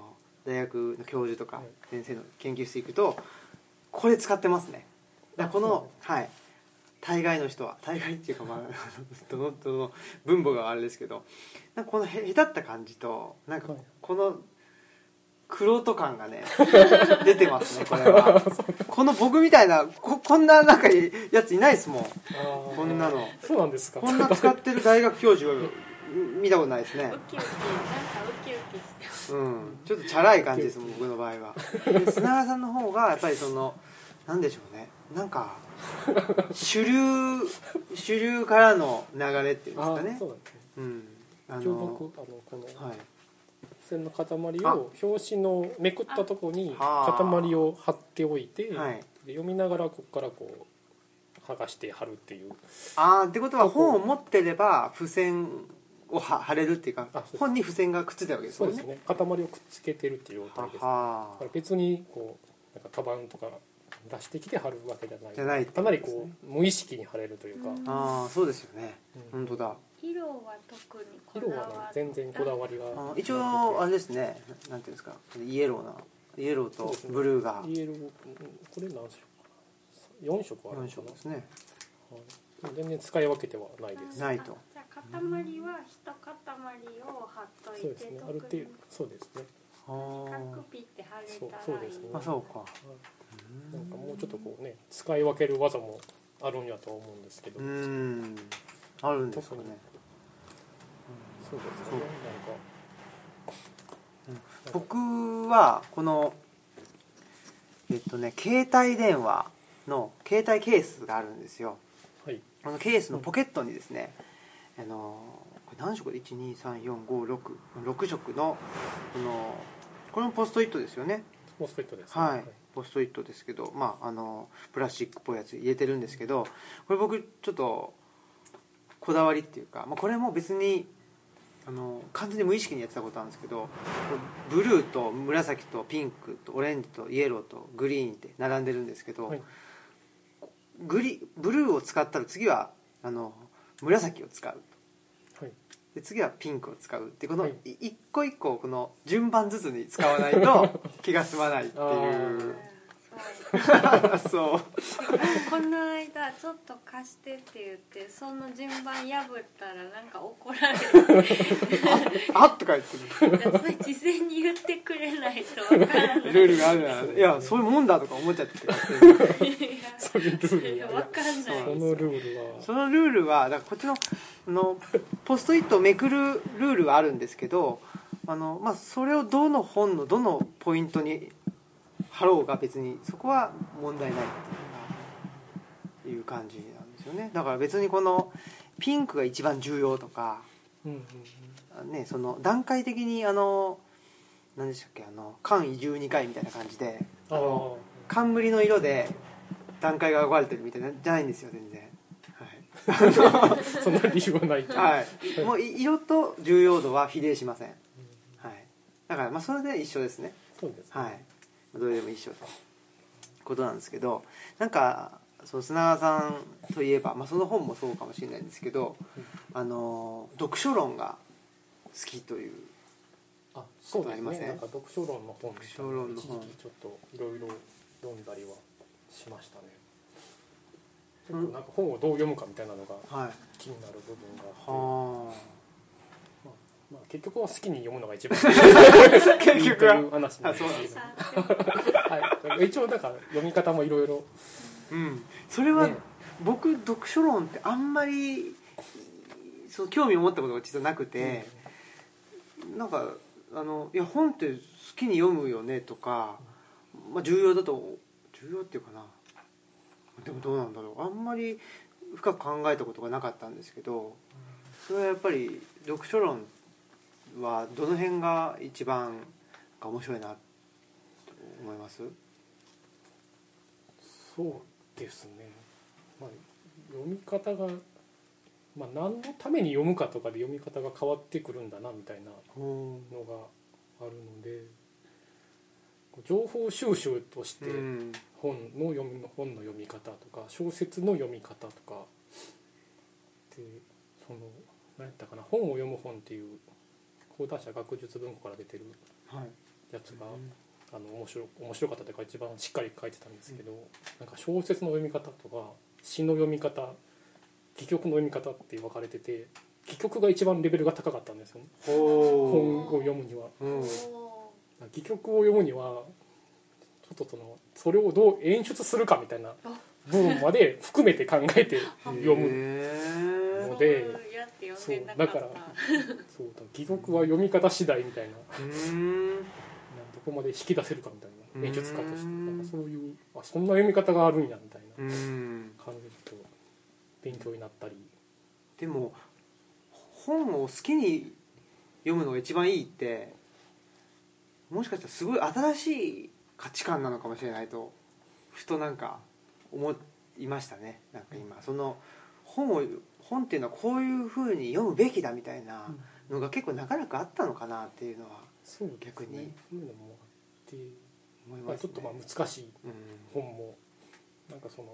[SPEAKER 1] 大学の教授とか
[SPEAKER 3] はい
[SPEAKER 1] 先生の研究室行くとこれ使ってますねだからこのはい大概の人は大概っていうかまあ どのどの分母があれですけどなんかこのへへたった感じとなんか
[SPEAKER 3] はい
[SPEAKER 1] この玄人感が ね出てますねこれはこの僕みたいなここんななんかやついないですもんこんなの
[SPEAKER 3] そうなんですか
[SPEAKER 1] こんな使ってる大学教授は見たことないですね
[SPEAKER 2] ウキウキなんかウキウキしてます
[SPEAKER 1] うん、ちょっとチャラい感じですもん僕の場合 はで砂川さんの方がやっぱりそのなんでしょうねなんか主流主流からの流れっていうんです
[SPEAKER 3] あ
[SPEAKER 1] かね
[SPEAKER 3] そうなんですね
[SPEAKER 1] うんあ
[SPEAKER 3] 一応僕あのこの付
[SPEAKER 1] はい
[SPEAKER 3] 箋の塊を表紙のめくったとこに
[SPEAKER 1] あ
[SPEAKER 3] 塊を貼っておいてで
[SPEAKER 1] はい
[SPEAKER 3] 読みながらここからこう剥がして貼るっていう
[SPEAKER 1] ああってことは本を持ってれば付箋をは貼れるっていうか
[SPEAKER 3] あそうです
[SPEAKER 1] 本に付箋がくっついてるわけです
[SPEAKER 3] そ
[SPEAKER 1] よ
[SPEAKER 3] う
[SPEAKER 1] ね
[SPEAKER 3] ですね塊をくっつけてるっていう状態
[SPEAKER 1] は
[SPEAKER 3] ですだか
[SPEAKER 1] は
[SPEAKER 3] ら別にこうなんかカバンとか出してきて貼るわけじゃない
[SPEAKER 1] じゃないって
[SPEAKER 3] か
[SPEAKER 1] こと
[SPEAKER 3] な
[SPEAKER 1] です
[SPEAKER 3] り
[SPEAKER 1] ね
[SPEAKER 3] こう無意識に貼れるというか、
[SPEAKER 2] うん
[SPEAKER 1] ああそうですよね
[SPEAKER 3] うん
[SPEAKER 1] 本当だ
[SPEAKER 2] 色は特にこ
[SPEAKER 3] 色
[SPEAKER 2] だ
[SPEAKER 3] はね
[SPEAKER 2] わった
[SPEAKER 3] 全然こだわりが
[SPEAKER 1] あー一応あれですねななんていうんですかイエローなイエロー
[SPEAKER 3] そう
[SPEAKER 1] と
[SPEAKER 3] ですね
[SPEAKER 1] ブルーが
[SPEAKER 3] イエローうんこれ何色かな4色ある
[SPEAKER 1] 4
[SPEAKER 3] のか
[SPEAKER 1] 色
[SPEAKER 3] な
[SPEAKER 1] ですね
[SPEAKER 3] はい全然使い分けてはないです
[SPEAKER 1] ないと
[SPEAKER 2] じゃあ塊は一塊を貼っといて
[SPEAKER 3] そうですねある程
[SPEAKER 2] 特
[SPEAKER 3] 度
[SPEAKER 2] に
[SPEAKER 3] そうですね
[SPEAKER 1] あー
[SPEAKER 2] 各ピって貼れ
[SPEAKER 3] そう
[SPEAKER 2] た
[SPEAKER 3] そう
[SPEAKER 2] らい
[SPEAKER 3] で
[SPEAKER 2] い
[SPEAKER 3] すね
[SPEAKER 1] あそうか
[SPEAKER 3] なんかもうちょっとこうね使い分ける技もあるんやとは思うんですけど
[SPEAKER 1] うーんあるんですかね
[SPEAKER 3] そうです
[SPEAKER 1] そう
[SPEAKER 3] ね
[SPEAKER 1] うん
[SPEAKER 3] なんか
[SPEAKER 1] 僕はこのえっとね携帯電話の携帯ケースがあるんですよ
[SPEAKER 3] はい
[SPEAKER 1] このケースのポケットにですね、あのこれ何色で1234566色のこのこれもポストイットですよね
[SPEAKER 3] もうスペットですね
[SPEAKER 1] はい、ポストイットですけど、まあ、あのプラスチックっぽいやつ入れてるんですけどこれ僕ちょっとこだわりっていうか、まあ、これも別にあの完全に無意識にやってたことなんですけどブルーと紫とピンクとオレンジとイエローとグリーンって並んでるんですけど、
[SPEAKER 3] はい
[SPEAKER 1] グリブルーを使ったら次はあの紫を使う
[SPEAKER 3] はい
[SPEAKER 1] で次はピンクを使うってこの
[SPEAKER 3] はい
[SPEAKER 1] い一個一個この順番ずつに使わないと気が済まないって
[SPEAKER 3] あ
[SPEAKER 1] い
[SPEAKER 2] うん
[SPEAKER 1] う。
[SPEAKER 2] そう
[SPEAKER 1] そう
[SPEAKER 2] この間ちょっと貸してって言ってその順番破ったらなんか怒られ
[SPEAKER 1] あっとか言って
[SPEAKER 2] るそれ事前に言ってくれないとわからない
[SPEAKER 1] るルールがあるならいやそういうもんだとか思っちゃってて勝手に
[SPEAKER 3] そういうルール が
[SPEAKER 2] わかんない
[SPEAKER 3] このルールは
[SPEAKER 1] そのルールはだからこっちのあのポストイットをめくるルールはあるんですけどあの、まあ、それをどの本のどのポイントに貼ろうが別にそこは問題ないっていうかいう感じなんですよねだから別にこのピンクが一番重要とか
[SPEAKER 3] うんうんうん
[SPEAKER 1] ね、その段階的にあの何でしたっけあの間移12回みたいな感じで
[SPEAKER 3] ああ
[SPEAKER 1] 冠の色で段階が分かれてるみたいなじゃないんですよ全然
[SPEAKER 3] そんな理由はないけど
[SPEAKER 1] はい、はい、もうい色と重要度は比例しません、はい、だからまあそれで一緒ですね
[SPEAKER 3] そうですね
[SPEAKER 1] はいどれでも一緒とことなんですけどなんかそう砂川さんといえば、まあ、その本もそうかもしれないんですけどあの読書論が好きという
[SPEAKER 3] あそうで
[SPEAKER 1] あり
[SPEAKER 3] す
[SPEAKER 1] ま
[SPEAKER 3] ね
[SPEAKER 1] せん
[SPEAKER 3] なんか読書論の本
[SPEAKER 1] 読書論の本
[SPEAKER 3] 一時期ちょっといろいろ読んだりはしましたねちょっとなんか本をどう読むかみたいなのが
[SPEAKER 1] はい
[SPEAKER 3] 気になる部分があって
[SPEAKER 1] はあ
[SPEAKER 3] まあ、結局は好きに読むのが 一番
[SPEAKER 1] 結局は
[SPEAKER 3] という話なんですけど、はい、一応だから読み方もいろいろ
[SPEAKER 1] うんそれは
[SPEAKER 3] ね
[SPEAKER 1] 僕読書論ってあんまりその興味を持ったことが実はなくて、なんかあのいや本って好きに読むよねとか、まあ、重要だと重要っていうかなでもどうなんだろうあんまり深く考えたことがなかったんですけどそれはやっぱり読書論はどの辺が一番なんか面白いなと思います
[SPEAKER 3] そうですね、まあ、読み方が、まあ、何のために読むかとかで読み方が変わってくるんだなみたいなのがあるのでこう情報収集として
[SPEAKER 1] うん
[SPEAKER 3] 本の読み本の読み方とか小説の読み方とかでその何やったかな「本を読む本」っていう講談社学術文庫から出てる
[SPEAKER 1] はい
[SPEAKER 3] やつが、あの面白面白かったというか一番しっかり書いてたんですけど、なんか小説の読み方とか詩の読み方戯曲の読み方って分かれてて戯曲が一番レベルが高かったんですよね本を
[SPEAKER 1] ほ
[SPEAKER 3] 読むには。
[SPEAKER 1] う、うん、
[SPEAKER 3] 戯曲を読むにはちょっとそのそれをどう演出するかみたいな部分まで含めて考えて読む
[SPEAKER 1] む
[SPEAKER 3] ので
[SPEAKER 2] やって読んでな
[SPEAKER 3] そうだ
[SPEAKER 2] か
[SPEAKER 3] か
[SPEAKER 2] っ
[SPEAKER 3] ら
[SPEAKER 2] た
[SPEAKER 3] そうだ戯曲は読み方次第みたいな
[SPEAKER 1] うん
[SPEAKER 3] どこまで引き出せるかみたいうなん演出家としてなんかそういうあそんな読み方があるんやみたいな
[SPEAKER 1] うん
[SPEAKER 3] 感じでちょっと勉強になったり
[SPEAKER 1] でも本を好きに読むのが一番いいってもしかしたらすごい新しい価値観なのかもしれないとふとなんか思いましたねなんか今その本を本っていうのはこういうふうに読むべきだみたいなのが結構長らくあったのかなっていうのは
[SPEAKER 3] そうですね
[SPEAKER 1] 逆に
[SPEAKER 3] そういうのもあって、
[SPEAKER 1] 思い
[SPEAKER 3] ま
[SPEAKER 1] ま
[SPEAKER 3] あ、
[SPEAKER 1] す
[SPEAKER 3] ちょ
[SPEAKER 1] ね
[SPEAKER 3] っとまあ難しい
[SPEAKER 1] うん
[SPEAKER 3] 本もなんかその、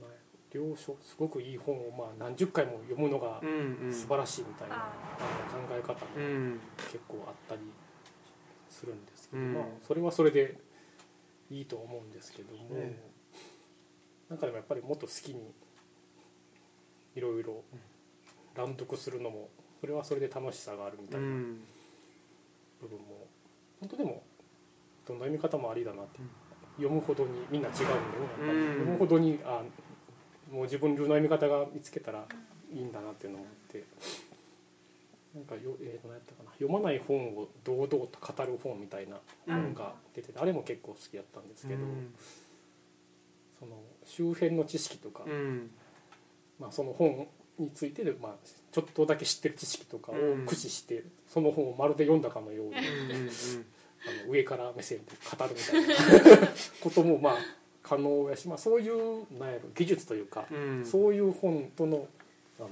[SPEAKER 3] まあ、両書すごくいい本をまあ何十回も読むのが
[SPEAKER 1] うんうん
[SPEAKER 3] 素晴らしいみたいな、
[SPEAKER 2] あ
[SPEAKER 3] あの考え方も
[SPEAKER 1] うん
[SPEAKER 3] 結構あったりするんですけど、
[SPEAKER 1] うん
[SPEAKER 3] まあそれはそれでいいと思うんですけども、
[SPEAKER 1] ね
[SPEAKER 3] なんかでもやっぱりもっと好きにいろいろ乱読するのもそれはそれで楽しさがあるみた
[SPEAKER 1] う
[SPEAKER 3] いなん部分も本当でもどんな読み方もありだなって、読むほどにみんな違うんだよね、
[SPEAKER 1] うん
[SPEAKER 3] 読むほどにあもう自分流の読み方が見つけたら
[SPEAKER 2] う
[SPEAKER 3] いいんだなっていうのを思ってなんかよ、えー、と何やったかな読まない本を堂々と語る本みたいな本が出てて、あれも結構好きだったんですけど、
[SPEAKER 1] うん
[SPEAKER 3] その周辺の知識とか、
[SPEAKER 1] うん
[SPEAKER 3] まあ、その本についてで、まあ、ちょっとだけ知ってる知識とかを駆使して、その本をまるで読んだかのよう
[SPEAKER 1] う
[SPEAKER 3] に、
[SPEAKER 1] んうん
[SPEAKER 3] あの上から目線で語るみたいなこともまあ可能やし、まあ、そういうなんやろ技術というか、
[SPEAKER 1] うん
[SPEAKER 3] そういう本とのあの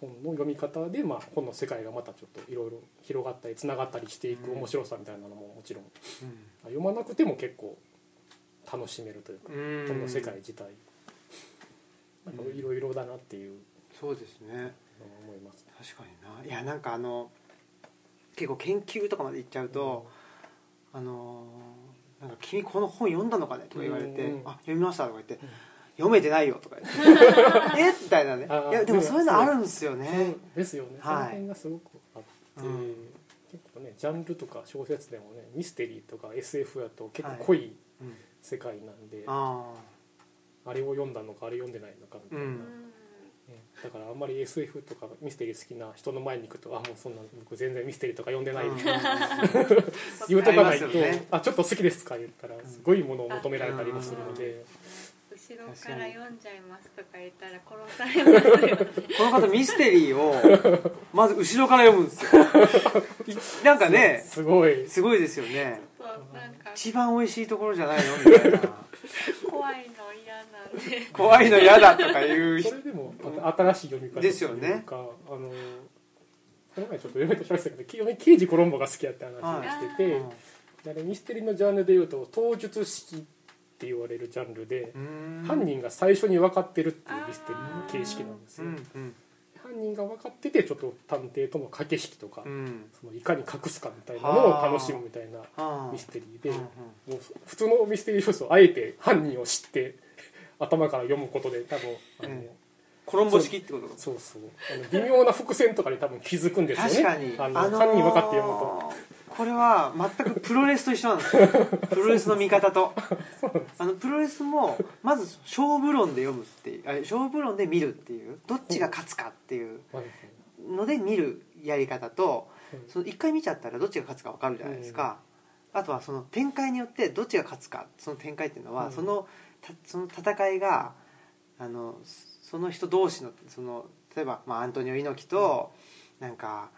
[SPEAKER 3] 本の読み方で、まあ、本の世界がまたちょっといろいろ広がったりつながったりしていく
[SPEAKER 1] うん
[SPEAKER 3] 面白さみたいなのももちろん
[SPEAKER 1] うん
[SPEAKER 3] 読まなくても結構楽しめるというか、
[SPEAKER 1] うん
[SPEAKER 3] 本の世界自体なんかいろいろだなっていう
[SPEAKER 1] そうですね
[SPEAKER 3] のを思いますね。
[SPEAKER 1] 確かにないやなんかあの結構研究とかまで行っちゃうと、あのーなんか君この本読んだのかねとか言われて
[SPEAKER 3] うん
[SPEAKER 1] 「
[SPEAKER 3] うん
[SPEAKER 1] あ読みました」とか言って「読めてないよ」とか言 って「えみたいなね
[SPEAKER 3] あー
[SPEAKER 1] いやでもそういうのあるんですよね
[SPEAKER 3] そうですよね、
[SPEAKER 1] はい
[SPEAKER 3] その辺がすごくあって、
[SPEAKER 1] うん
[SPEAKER 3] 結構ねジャンルとか小説でもねミステリーとか SF やと結構濃い
[SPEAKER 1] うん
[SPEAKER 3] 世界なんで、
[SPEAKER 1] あ
[SPEAKER 3] あれを読んだのかあれ読んでないのかみたいな、
[SPEAKER 1] うん
[SPEAKER 2] ん
[SPEAKER 3] ねだからあんまり SF とかミステリー好きな人の前に行くとあもうそんな僕全然ミステリーとか読んで
[SPEAKER 1] あ
[SPEAKER 3] ない、
[SPEAKER 1] うん
[SPEAKER 3] 言うとかがい
[SPEAKER 1] あり
[SPEAKER 3] と
[SPEAKER 1] ますよね
[SPEAKER 3] あちょっと好きです」とか言ったらすごいものを求められたりもするので、
[SPEAKER 2] 後ろから読んじゃいますとか言ったら殺されますよね
[SPEAKER 1] この方ミステリ ーをまず後ろから読むんですよなんかね
[SPEAKER 3] すごい
[SPEAKER 1] すごいですよね
[SPEAKER 2] そうなんか
[SPEAKER 1] 一番美味しいところじゃないのみたい な
[SPEAKER 2] 怖いの嫌なんで
[SPEAKER 1] 怖いの嫌だとか言う
[SPEAKER 3] そ
[SPEAKER 1] 人
[SPEAKER 3] れでもまた新しい読み方
[SPEAKER 1] ですよね
[SPEAKER 3] というかあのこの前ちょっと読めとしましたけどき読み刑事コロンボが好きやって話をしてて、であれミステリーのジャンルでいうと当術式って言われるジャンルで、犯人が最初に分かってるっていうミステリーの形式なんです
[SPEAKER 1] う
[SPEAKER 3] よ、
[SPEAKER 1] んうん
[SPEAKER 3] 犯人が分かっててちょっと探偵との駆け引きとか、
[SPEAKER 1] うん
[SPEAKER 3] そのいかに隠すかみたいなのを楽しむみたいな
[SPEAKER 1] あ
[SPEAKER 3] ミステリーで、
[SPEAKER 1] うんうん
[SPEAKER 3] もう普通のミステリー小説をあえて犯人を知って 頭から読むことで多分あ
[SPEAKER 1] う
[SPEAKER 3] の、
[SPEAKER 1] んコロンボ式ってこと
[SPEAKER 3] そうそうあの微妙な伏線とかに多分気づくんですよね
[SPEAKER 1] 確かに
[SPEAKER 3] あの、犯人分かって読むと
[SPEAKER 1] これは全くプロレスと一緒なん ですよプロレスの見方とあのプロレスもまず勝負論で読むっていうあ勝負論で見るっていうどっちが勝つかっていう
[SPEAKER 3] はい
[SPEAKER 1] ので見るやり方と
[SPEAKER 3] はい
[SPEAKER 1] その一回見ちゃったらどっちが勝つか分かるじゃないですか、あとはその展開によってどっちが勝つかその展開っていうのは、
[SPEAKER 3] うん
[SPEAKER 1] そのたその戦いがあのその人同士のその例えば、まあ、アントニオ猪木と、なんか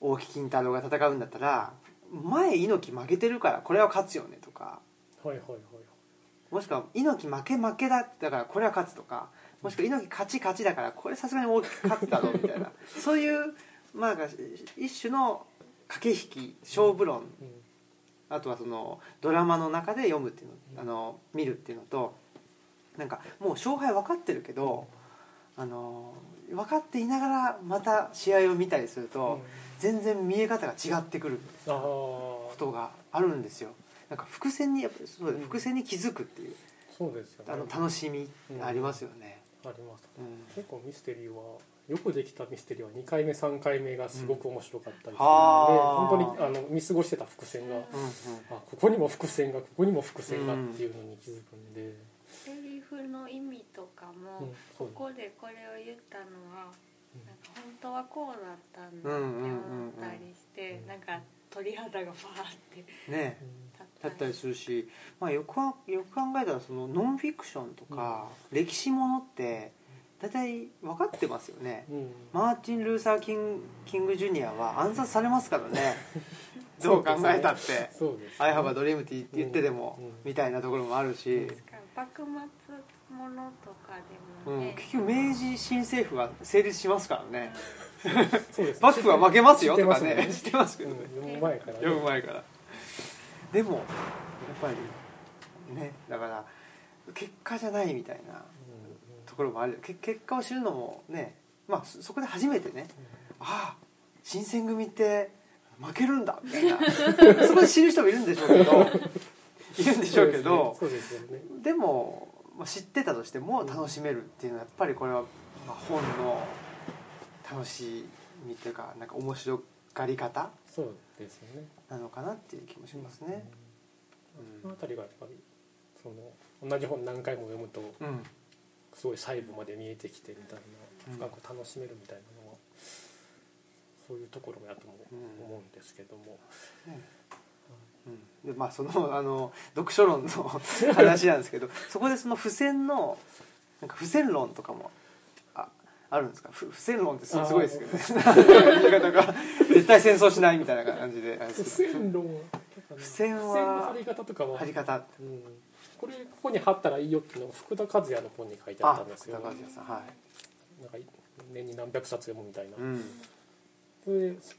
[SPEAKER 1] 大木金太郎が戦うんだったら前猪木負けてるからこれは勝つよねとか
[SPEAKER 3] はいはいはい
[SPEAKER 1] もしくは猪木負け負けだだからこれは勝つとかもしくは猪木勝ち勝ちだからこれさすがに大きく勝つだろうみた いなそういうまあなんか一種の駆け引き勝負論
[SPEAKER 3] うん
[SPEAKER 1] あとはそのドラマの中で読むっていう
[SPEAKER 3] うん
[SPEAKER 1] のあの見るっていうのとなんかもう勝敗分かってるけどあの分かっていながらまた試合を見たりする
[SPEAKER 3] うん
[SPEAKER 1] と全然見え方が違ってくる
[SPEAKER 3] ああ
[SPEAKER 1] ことがあるんですよ。なんか伏線にやっぱりそうだ
[SPEAKER 3] うん
[SPEAKER 1] 伏線に気づくっていう
[SPEAKER 3] そうですよね
[SPEAKER 1] あの楽しみありますよね。
[SPEAKER 3] あります
[SPEAKER 1] うん
[SPEAKER 3] 結構ミステリーはよくできたミステリーは2回目3回目がすごく面白かったりするので、
[SPEAKER 1] うんはあ
[SPEAKER 3] 本当にあの見過ごしてた伏線が、
[SPEAKER 2] う
[SPEAKER 1] うんうん
[SPEAKER 3] あここにも伏線がここにも伏線がっていうのに気づくんで、
[SPEAKER 2] セリフの意味とかも、
[SPEAKER 3] うんそう
[SPEAKER 2] ここでこれを言ったのは、なんか本当はこうだったんだって
[SPEAKER 1] うんうんうんうん
[SPEAKER 2] 思ったりして、
[SPEAKER 3] うん
[SPEAKER 2] なんか鳥肌がバーって
[SPEAKER 1] ねだったりするし、まあ、よくはよく考えたらそのノンフィクションとか歴史ものって大体分かってますよね
[SPEAKER 3] うんうん
[SPEAKER 1] マーチン・ルーサー・キンキング・ジュニアは暗殺されますからねどう考えたって
[SPEAKER 3] そうですね、
[SPEAKER 1] 「I have a dream」って言ってでも
[SPEAKER 3] うんうん
[SPEAKER 1] みたいなところもあるし、
[SPEAKER 2] 幕末ものとかで
[SPEAKER 1] う
[SPEAKER 2] も
[SPEAKER 1] ん
[SPEAKER 2] ね、、
[SPEAKER 1] 結局明治新政府は成立しますからね
[SPEAKER 3] そうです
[SPEAKER 1] 幕府は負けますよとか
[SPEAKER 3] 知って
[SPEAKER 1] ね
[SPEAKER 3] ます
[SPEAKER 1] 知ってますけ
[SPEAKER 3] う
[SPEAKER 1] ど
[SPEAKER 3] ん
[SPEAKER 1] ね
[SPEAKER 3] 読む前からね、
[SPEAKER 1] 読む前からでもやっぱりねだから結果じゃないみたいなところもあるけ結果を知るのもね、まあ、そそこで初めてねああ新選組って負けるんだみたい なそこで知る人もいるんでしょうけどいるんでしょうけど
[SPEAKER 3] そうですよね
[SPEAKER 1] で,、も、まあ、知ってたとしても楽しめるっていうのはやっぱりこれは、まあ、本の楽しみっていうかなんか面白がり方
[SPEAKER 3] そうですよね
[SPEAKER 1] なのかなっていう気もしますね。
[SPEAKER 3] そのあたりがやっぱりその同じ本何回も読むと
[SPEAKER 1] うん、うん
[SPEAKER 3] すごい細部まで見えてきてみたい
[SPEAKER 1] うん
[SPEAKER 3] な深く楽しめるみたいなのはそういうところもやとも思うんですけども、
[SPEAKER 1] ねうん、でまあそのあの読書論の話なんですけど そこでその付箋のなんか付箋論とかもああるんですかふ付箋論ってすすごいですけどね言い方が絶対戦争しないみたいな感じであれです
[SPEAKER 3] 付
[SPEAKER 1] けど
[SPEAKER 3] 箋論は
[SPEAKER 1] 付箋は
[SPEAKER 3] 付箋の貼り方とかは
[SPEAKER 1] 貼り方
[SPEAKER 3] うん、これここに貼ったらいいよっていうのは福田和也の本に書いてあった
[SPEAKER 1] あ
[SPEAKER 3] んです
[SPEAKER 1] 高
[SPEAKER 3] よなんか
[SPEAKER 1] 橋さんはい
[SPEAKER 3] 年に何百冊読むみたいな、
[SPEAKER 1] うん
[SPEAKER 3] それでそ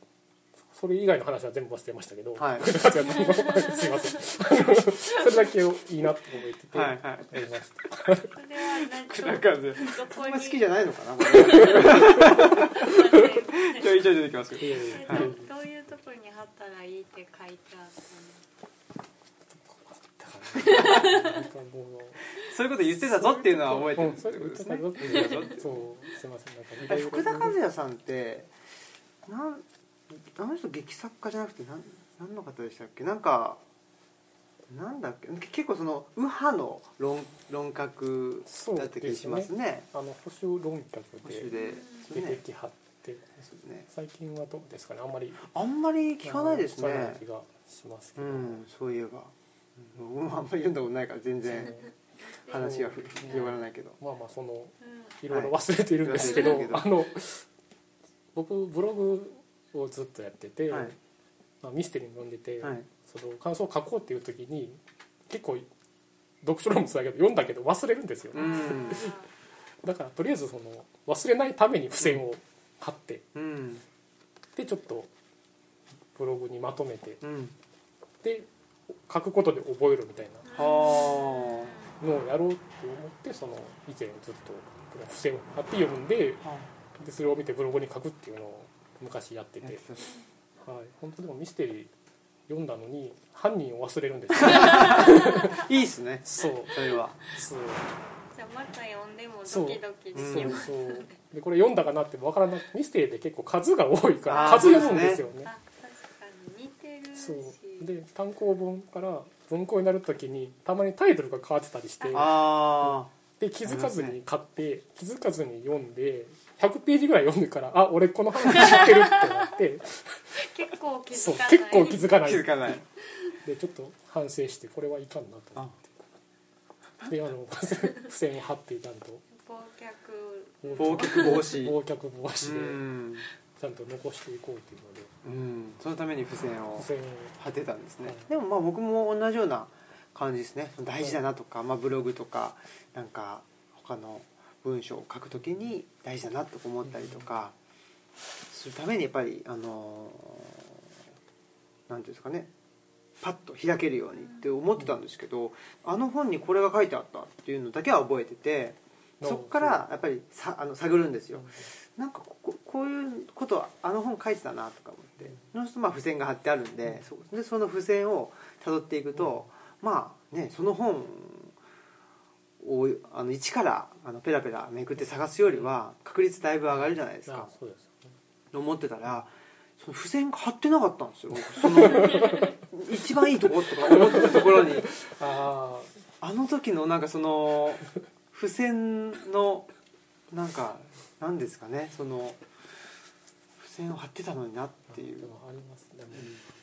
[SPEAKER 3] それ以外の話は全部忘れましたけど、
[SPEAKER 1] はい
[SPEAKER 3] 福田和也の本すい ませんそれだけをいいなと思ってて、
[SPEAKER 1] はいはい
[SPEAKER 3] やりました
[SPEAKER 2] それは何
[SPEAKER 1] 高橋さん
[SPEAKER 2] どこ
[SPEAKER 1] あん
[SPEAKER 2] に
[SPEAKER 1] ま好きじゃないのかなこれちょいちょい出てきますけ
[SPEAKER 3] い
[SPEAKER 1] ど
[SPEAKER 3] やいやいや
[SPEAKER 2] どどういうところに貼ったらいいって書いてあっ
[SPEAKER 3] なんかもう
[SPEAKER 1] そういうこと言ってたぞっていうのは覚えてるん
[SPEAKER 3] うん
[SPEAKER 1] で
[SPEAKER 3] そ
[SPEAKER 1] す
[SPEAKER 3] う
[SPEAKER 1] け
[SPEAKER 3] い
[SPEAKER 1] ど
[SPEAKER 3] う
[SPEAKER 1] で
[SPEAKER 3] と
[SPEAKER 1] す
[SPEAKER 3] こ
[SPEAKER 1] ね
[SPEAKER 3] ろそうすいませんなんかいろいろ
[SPEAKER 1] 福田和也さんってなんあの人劇作家じゃなくてなん何の方でしたっけなんかなんだっけけ結構その右派の論論客だった気しますね
[SPEAKER 3] あの保守論客
[SPEAKER 1] 保守
[SPEAKER 3] で
[SPEAKER 1] で
[SPEAKER 3] 出
[SPEAKER 1] ね
[SPEAKER 3] てきはって、
[SPEAKER 1] ね
[SPEAKER 3] 最近はどうですかねあんまり
[SPEAKER 1] あんまり聞かないです
[SPEAKER 3] 聞かない
[SPEAKER 1] ね
[SPEAKER 3] 気がしますけ
[SPEAKER 1] う
[SPEAKER 3] ど、
[SPEAKER 1] んそういえばうん僕もあんまり読んだことないから全然
[SPEAKER 2] たんだ
[SPEAKER 1] 話がふ広がらないけど
[SPEAKER 3] まあまあその
[SPEAKER 2] うん
[SPEAKER 3] いろいろ忘れているんですけ
[SPEAKER 1] は
[SPEAKER 3] ど,、
[SPEAKER 1] い忘れてる
[SPEAKER 3] あの僕ブログをずっとやってて、
[SPEAKER 1] はい
[SPEAKER 3] まあ、ミステリーも読んでて、
[SPEAKER 1] はい
[SPEAKER 3] その感想を書こうっていう時に結構読書論もそうだけど読んだけど忘れるんですよ、
[SPEAKER 1] うん
[SPEAKER 3] だからとりあえずその忘れないために付箋を貼って、
[SPEAKER 1] うん
[SPEAKER 3] でちょっとブログにまとめて
[SPEAKER 1] うん
[SPEAKER 3] で書くことで覚えるみたいな
[SPEAKER 1] は
[SPEAKER 3] のをやろうと思ってその以前ずっとこの付箋を貼って読むんで
[SPEAKER 1] あ
[SPEAKER 3] でそれを見てブログに書くっていうのを昔やって
[SPEAKER 1] やって
[SPEAKER 3] て、
[SPEAKER 1] た
[SPEAKER 3] はい、本当でもミステリー読んだのに犯人を忘れるんです
[SPEAKER 1] いいっすね
[SPEAKER 3] そう
[SPEAKER 1] それは
[SPEAKER 3] そう
[SPEAKER 2] じゃあまた読んでもドキドキ
[SPEAKER 1] うん
[SPEAKER 2] し
[SPEAKER 3] そう
[SPEAKER 2] ます
[SPEAKER 3] そうでこれ読んだかなってわからなくミステリーで結構数が多いから
[SPEAKER 1] あー
[SPEAKER 3] 数読むんですよね
[SPEAKER 2] あ確かに似てるし
[SPEAKER 3] そうで単行本から文庫になる時にたまにタイトルが変わってたりして
[SPEAKER 1] ああ
[SPEAKER 3] で気づかずに買って気づかずに読んで100ページぐらい読んでからあ俺この話知ってるってなって
[SPEAKER 2] 結構気
[SPEAKER 3] そう
[SPEAKER 2] づかない
[SPEAKER 3] 結構気づかない
[SPEAKER 1] 気づかない
[SPEAKER 3] でちょっと反省してこれはいかんなと思
[SPEAKER 1] あ
[SPEAKER 3] ってであの 付箋を貼っていたんと
[SPEAKER 2] 忘却
[SPEAKER 1] 忘却防止
[SPEAKER 3] 忘却防
[SPEAKER 1] う
[SPEAKER 3] 止で
[SPEAKER 1] ん、
[SPEAKER 3] ちゃんと残していこうというので
[SPEAKER 1] うん、そのために付箋を
[SPEAKER 3] 付箋を
[SPEAKER 1] 貼ってたんですね、
[SPEAKER 3] はい
[SPEAKER 1] でもまあ僕も同じような感じですね大事だなとか、まあ、ブログとかなんか他の文章を書くときに大事だなと思ったりとかするためにやっぱりあのーなんていうんですかねパッと開けるようにって思ってたんですけどあの本にこれが書いてあったっていうのだけは覚えててそっからやっぱりさあの探るんですよなんかこここういうことはあの本書いてたなとか思ってそうするとまあ付箋が貼ってあるんでそでその付箋をたどっていくと、まあねその本をあの一からあのペラペラめくって探すよりは確率だいぶ上がるじゃないです
[SPEAKER 3] あ
[SPEAKER 1] か
[SPEAKER 3] そうですよね
[SPEAKER 1] と思ってたらその付箋が貼ってなかったんですよ僕その 一番いいとことか思ってたところに
[SPEAKER 3] あ
[SPEAKER 1] あの時のなんかそ の付箋のなんかなんですかねその付箋を貼ってたのになっ
[SPEAKER 3] あ
[SPEAKER 1] ていう
[SPEAKER 3] で、もありますでも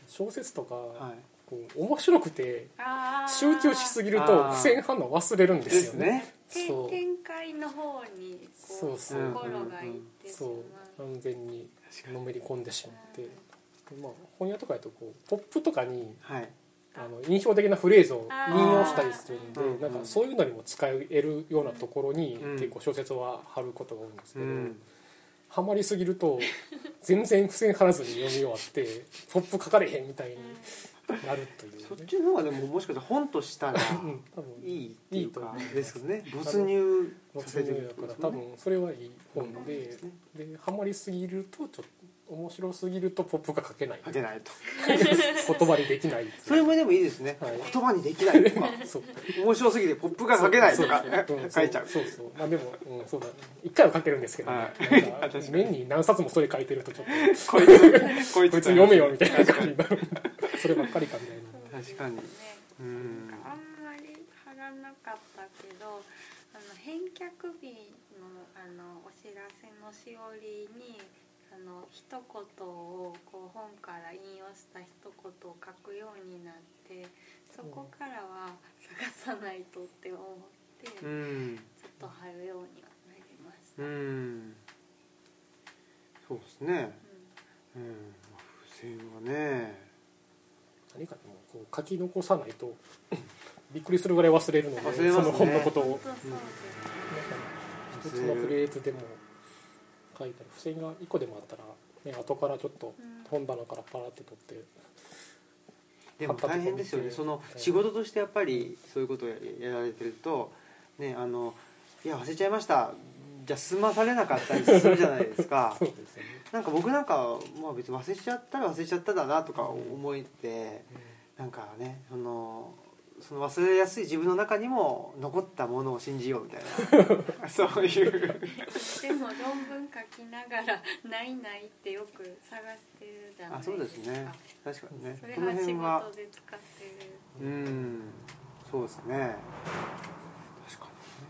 [SPEAKER 3] 小説とか、
[SPEAKER 1] はい、
[SPEAKER 3] こう面白くて
[SPEAKER 2] あー
[SPEAKER 3] 集中しすぎる
[SPEAKER 1] あ
[SPEAKER 3] と
[SPEAKER 1] ー
[SPEAKER 3] 付箋反応忘れるんで
[SPEAKER 1] です
[SPEAKER 3] よ
[SPEAKER 1] す
[SPEAKER 3] ね
[SPEAKER 1] ね
[SPEAKER 2] て
[SPEAKER 3] そう
[SPEAKER 2] 展開の方にこ
[SPEAKER 3] そう
[SPEAKER 2] う
[SPEAKER 3] そう
[SPEAKER 2] 心がいってしま
[SPEAKER 3] そうう完全に
[SPEAKER 1] 確か
[SPEAKER 3] の
[SPEAKER 1] に
[SPEAKER 3] めり込んでしまって、でまあ、本屋とかやとこうポップとかに
[SPEAKER 1] はい
[SPEAKER 3] あの印象的なフレーズを引用したりするんで
[SPEAKER 1] あー
[SPEAKER 3] なんかそういうのにも使えるようなところに
[SPEAKER 1] うん
[SPEAKER 3] 結構小説は貼ることが多いんですけ
[SPEAKER 1] う
[SPEAKER 3] ど、
[SPEAKER 1] ん
[SPEAKER 3] ハマりすぎると全然付箋貼らずに読み終わってポップ書かれへんみたいになるという、ね、
[SPEAKER 1] そっちの方がでももしかしたら本としたら
[SPEAKER 3] うん多分
[SPEAKER 1] いいっていうか
[SPEAKER 3] いいと思う
[SPEAKER 1] ですよね没入
[SPEAKER 3] 没
[SPEAKER 1] させて
[SPEAKER 3] 入
[SPEAKER 1] る
[SPEAKER 3] だ
[SPEAKER 1] って
[SPEAKER 3] か
[SPEAKER 1] こ
[SPEAKER 3] ら
[SPEAKER 1] と
[SPEAKER 3] 多
[SPEAKER 1] ですもんね
[SPEAKER 3] 分それはいい本
[SPEAKER 1] うんいい
[SPEAKER 3] で
[SPEAKER 1] ですね
[SPEAKER 3] でハマりすぎるとちょっと面白すぎるとポップが書 けない
[SPEAKER 1] 書けないと
[SPEAKER 3] 言葉にできない
[SPEAKER 1] それもでもいいですね、
[SPEAKER 3] はい
[SPEAKER 1] 言葉にできないと か
[SPEAKER 3] そう
[SPEAKER 1] 面白すぎてポップが書けないとか
[SPEAKER 3] そうそ
[SPEAKER 1] 書いちゃう
[SPEAKER 3] そうそうまあでも、うん、そうだ一回は書けるんですけど、ね
[SPEAKER 1] は
[SPEAKER 3] ないんか
[SPEAKER 1] 確かに
[SPEAKER 3] 年に何冊もそれ書いてるとちょっ
[SPEAKER 1] こいつことい
[SPEAKER 3] こい
[SPEAKER 1] つ
[SPEAKER 3] つ読めよみたいな感じになるそればっかりかみたいな
[SPEAKER 1] 確かに
[SPEAKER 2] ね
[SPEAKER 1] うん
[SPEAKER 2] あんまり貼らなかったけどあの返却日のあのお知らせのしおりにあの一言をこう本から引用した一言を書くようになってそこからは探さないとって思ってち
[SPEAKER 1] う
[SPEAKER 2] ょっ
[SPEAKER 1] ん
[SPEAKER 2] と貼るようにはなりました。
[SPEAKER 1] う
[SPEAKER 2] うん
[SPEAKER 1] んそうですねうんまあ付箋はね
[SPEAKER 3] 何かでもこう書き残さないとびっくりするぐらい忘れるので
[SPEAKER 1] 忘れますね
[SPEAKER 3] その本のことを
[SPEAKER 2] 本当そうです
[SPEAKER 3] 一つのフレーズでも書いたり付箋が1個でもあったら、ね、後からちょっと
[SPEAKER 2] うん
[SPEAKER 3] 本棚からパラって取って
[SPEAKER 1] でも大変ですよねその仕事としてやっぱりそういうことをややられてるとねあのいや忘れちゃいましたじゃあ済まされなかったりするじゃないです か
[SPEAKER 3] そうですよね、
[SPEAKER 1] なんか僕なんかまあ別に忘れちゃったら忘れちゃっただなとか思えてなんかねそのその忘れやすい自分の中にも残ったものを信じようみたい なそういう
[SPEAKER 2] でも論文書きながら 「ないない」ってよく探してるじゃない
[SPEAKER 1] あそうですね確かにね
[SPEAKER 2] それ
[SPEAKER 1] この
[SPEAKER 2] は仕
[SPEAKER 1] 辺は
[SPEAKER 2] 事で使ってる
[SPEAKER 1] うんそうですね確かにね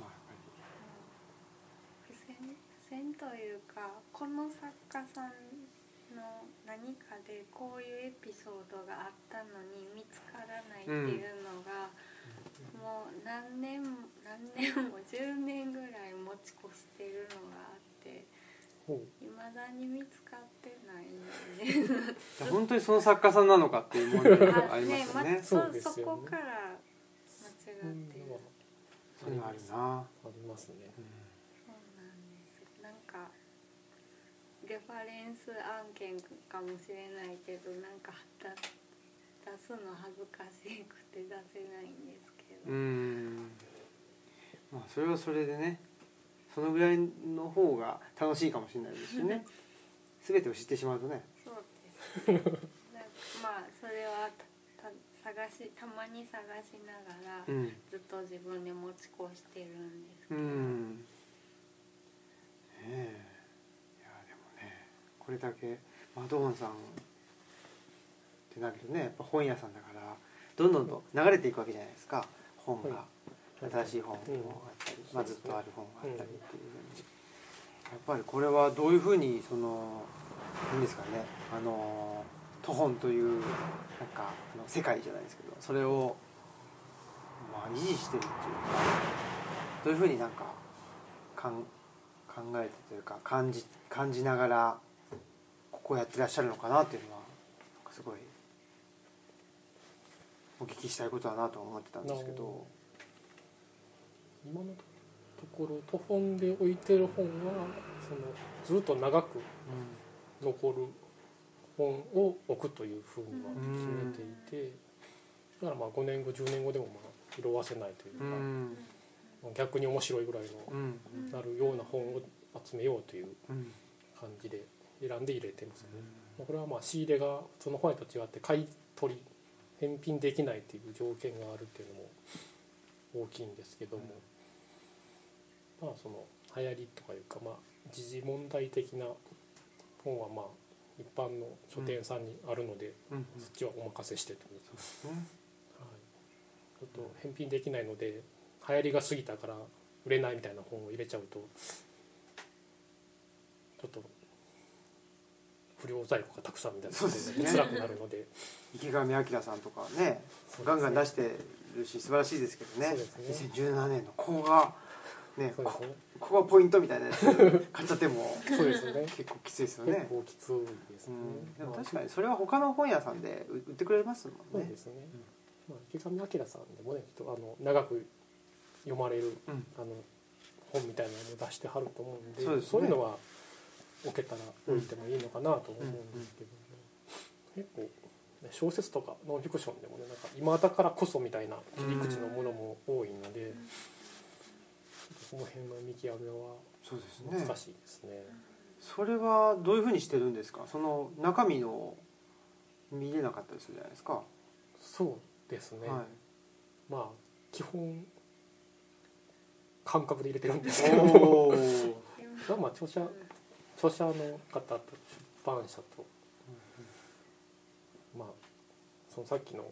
[SPEAKER 1] まあやっぱり
[SPEAKER 2] 付箋付箋というかこの作家さんの何かでこういうエピソードがあったのに見つからないっていうのが、もう何年も何年も10年ぐらい持ち越してるのがあって
[SPEAKER 3] ほう
[SPEAKER 2] 未だに見つかってないんでね
[SPEAKER 1] じゃあ本当にその作家さんなのかっていう問題 がありますよ
[SPEAKER 2] あ
[SPEAKER 1] ね
[SPEAKER 2] ま。そ
[SPEAKER 3] そうですよ
[SPEAKER 2] そ
[SPEAKER 3] ね
[SPEAKER 2] こから間違
[SPEAKER 3] う
[SPEAKER 2] って
[SPEAKER 3] ん
[SPEAKER 2] る。
[SPEAKER 3] まあ
[SPEAKER 1] それはあるな。
[SPEAKER 3] ありますね
[SPEAKER 2] そうなんですなんかレファレンス案件かもしれないけどなんか出出すの恥ずかしくて出せないんですけ
[SPEAKER 1] う
[SPEAKER 2] ど、
[SPEAKER 1] ん。まあそれはそれでね、そのぐらいの方が楽しいかもしれないですしね。すべてを知ってしまうとね。
[SPEAKER 2] そうですなんかまあそれはたた探したまに探しながら
[SPEAKER 1] うん。
[SPEAKER 2] ずっと自分で持ち越してるんですけ
[SPEAKER 1] う
[SPEAKER 2] ど、
[SPEAKER 1] ん。ねえ。いやでもね、これだけマドーンさんってなるとね、やっぱ本屋さんだからどんどんと流れていくわけじゃないですか。本が。
[SPEAKER 3] は
[SPEAKER 1] 新しい本もあったり、
[SPEAKER 3] うん
[SPEAKER 1] まあ、ずっとある本があったりっていうのにやっぱりこれはどういうふうにその何ですかねあの都本というなんかあの世界じゃないですけどそれを、まあ、維持してるっていうかどういうふうになんかかん考えてというか感じ感じながらここをやってらっしゃるのかなっていうのはなんかすごいお聞きしたいことだなと思ってたんですけど。
[SPEAKER 3] 今のところ都本で置いてる本はそのずっと長く
[SPEAKER 1] うん
[SPEAKER 3] 残る本を置くというふうには決めていてだからまあ5年後10年後でもまあ色褪せないという
[SPEAKER 1] う
[SPEAKER 3] か、
[SPEAKER 1] ん
[SPEAKER 3] 逆に面白いぐらいの
[SPEAKER 1] うん
[SPEAKER 3] なるような本を集めようという
[SPEAKER 1] うん
[SPEAKER 3] 感じで選んで入れてますね、まあこれはまあ仕入れが普通の本屋と違って買い取り返品できないという条件があるっていうのも大きいんですけども、まあその流行りとかいうかまあ時事問題的な本はまあ一般の書店さんにあるので、
[SPEAKER 1] うん
[SPEAKER 3] そっちはお任せしてという
[SPEAKER 1] ね
[SPEAKER 3] はい、ちょっと返品できないので流行りが過ぎたから売れないみたいな本を入れちゃうとちょっと不良在庫がたくさんみたいな
[SPEAKER 1] そうですね
[SPEAKER 3] 辛くなるので
[SPEAKER 1] 池上彰さんとかねガンガン出してるし素晴らしいですけどね
[SPEAKER 3] そうです
[SPEAKER 1] 2017年のここがね
[SPEAKER 3] そうです
[SPEAKER 1] こ
[SPEAKER 3] ね
[SPEAKER 1] ここがポイントみたいなやつ買っちゃっても
[SPEAKER 3] そうですね
[SPEAKER 1] 結構きついですよ
[SPEAKER 3] 結
[SPEAKER 1] ね
[SPEAKER 3] 構きついです
[SPEAKER 1] う
[SPEAKER 3] ね、
[SPEAKER 1] んでも
[SPEAKER 3] まあ
[SPEAKER 1] 確かにそれは他の本屋さんで売ってくれますも
[SPEAKER 3] そうん
[SPEAKER 1] ね
[SPEAKER 3] ですね、まあ、池上彰さんでもねちょっとあの長く読まれる
[SPEAKER 1] うん
[SPEAKER 3] あの本みたいなのを出してはると思うんで
[SPEAKER 1] そ
[SPEAKER 3] そうう
[SPEAKER 1] ですね
[SPEAKER 3] いうのは置けたら置いてもいいのかなと思うんですけど、ね結構小説とかノンフィクションでもねなんか今だからこそみたいな切り口のものも多いので、その辺の見極めは
[SPEAKER 1] そうですね
[SPEAKER 3] 難しいですね。
[SPEAKER 1] それはどういうふうにしてるんですかその中身の見れなかったりするじゃないですか、
[SPEAKER 3] そうですね、
[SPEAKER 1] は
[SPEAKER 3] まあ基本感覚で入れてるんですけ
[SPEAKER 1] い、
[SPEAKER 3] ど
[SPEAKER 1] おー
[SPEAKER 3] まあまあ著者著者の方と出版社とまあそのさっきの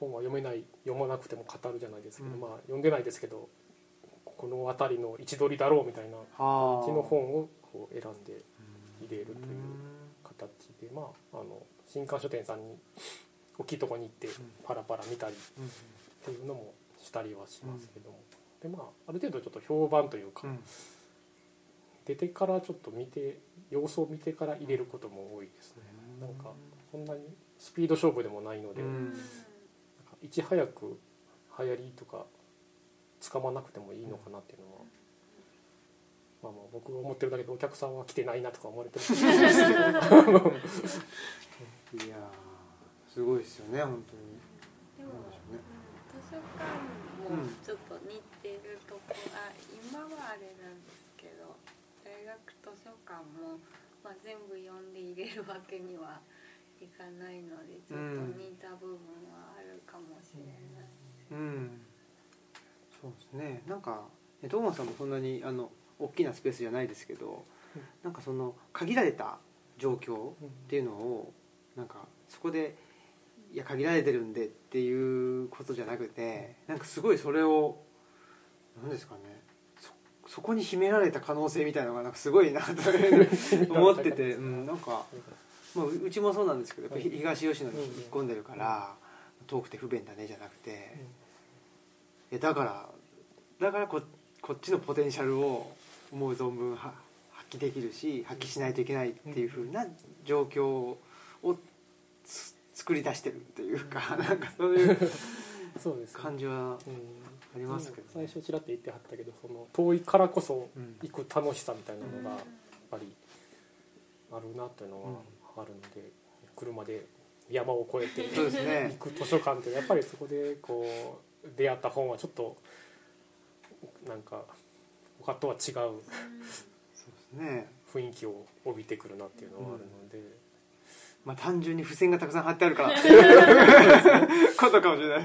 [SPEAKER 3] 本は読めない読まなくても語るじゃないですけど、
[SPEAKER 1] うん
[SPEAKER 3] まあ読んでないですけどこの辺りの位置取りだろうみたいな
[SPEAKER 1] は
[SPEAKER 3] う
[SPEAKER 1] あ
[SPEAKER 3] ちの本をこう選んで入れるといううん形でまああの新刊書店さんに大きいとこに行って
[SPEAKER 1] ん
[SPEAKER 3] パラパラ見たりっ
[SPEAKER 1] うん
[SPEAKER 3] ていうのもしたりはしますけども、でまあある程度ちょっと評判というか、
[SPEAKER 1] うん
[SPEAKER 3] 出てからちょっと見て様子を見てから入れることも多いですね、なんかそんなにスピード勝負でもないので、
[SPEAKER 1] うん
[SPEAKER 3] なんかいち早く流行りとかつかまなくてもいいのかなっていうのは、まあ、まあ僕が思ってるだけでお客さんは来てないなとか思われてるかもしれないですけど
[SPEAKER 1] いやーすごいですよね本当に
[SPEAKER 2] で
[SPEAKER 1] なん
[SPEAKER 2] も
[SPEAKER 1] でしょうね
[SPEAKER 2] うん図書館もちょっと似てるとこ、あ今はあれなんですけど大学図書館も、まあ、全部読んで入れるわけにはいかないのでちょっと似た部分はあるかもしれない。
[SPEAKER 1] うんそうですねなんかねトーマスさんもそんなにあの大きなスペースじゃないですけど、
[SPEAKER 3] うん
[SPEAKER 1] なんかその限られた状況 っていうのをなんかそこでいや限られてるんでっていうことじゃなくてなんかすごいそれを何ですかねそそこに秘められた可能性みたいなのがなんかすごいなと思って て、うん、なんか、まあ、ううちもそうなんですけどやっぱり
[SPEAKER 3] はい
[SPEAKER 1] 東吉野に引っ込んでるから遠くて不便だねじゃなくて
[SPEAKER 3] うん
[SPEAKER 1] えだからだからここっちのポテンシャルを思う存分は発揮できるし発揮しないといけないっていう風な状況をつ作り出してるっていうか、なんかそういう
[SPEAKER 3] そうですね
[SPEAKER 1] 感じ は
[SPEAKER 3] うん
[SPEAKER 1] ありますけど、
[SPEAKER 3] 最
[SPEAKER 1] ね
[SPEAKER 3] 初ちらっと言ってはったけどその遠いからこそ
[SPEAKER 1] うん
[SPEAKER 3] 行く楽しさみたいなのが、
[SPEAKER 2] うん
[SPEAKER 3] やっぱりあるなというのはあるので、車で山を越え
[SPEAKER 1] そうで
[SPEAKER 3] て
[SPEAKER 1] すね
[SPEAKER 3] 行く図書館ってやっぱりそこでこう出会った本はちょっとなんか他とは違う
[SPEAKER 1] そうですね
[SPEAKER 3] 雰囲気を帯びてくるなっていうのはあるので、
[SPEAKER 1] まあ単純に付箋がたくさん貼ってある からことかもしれな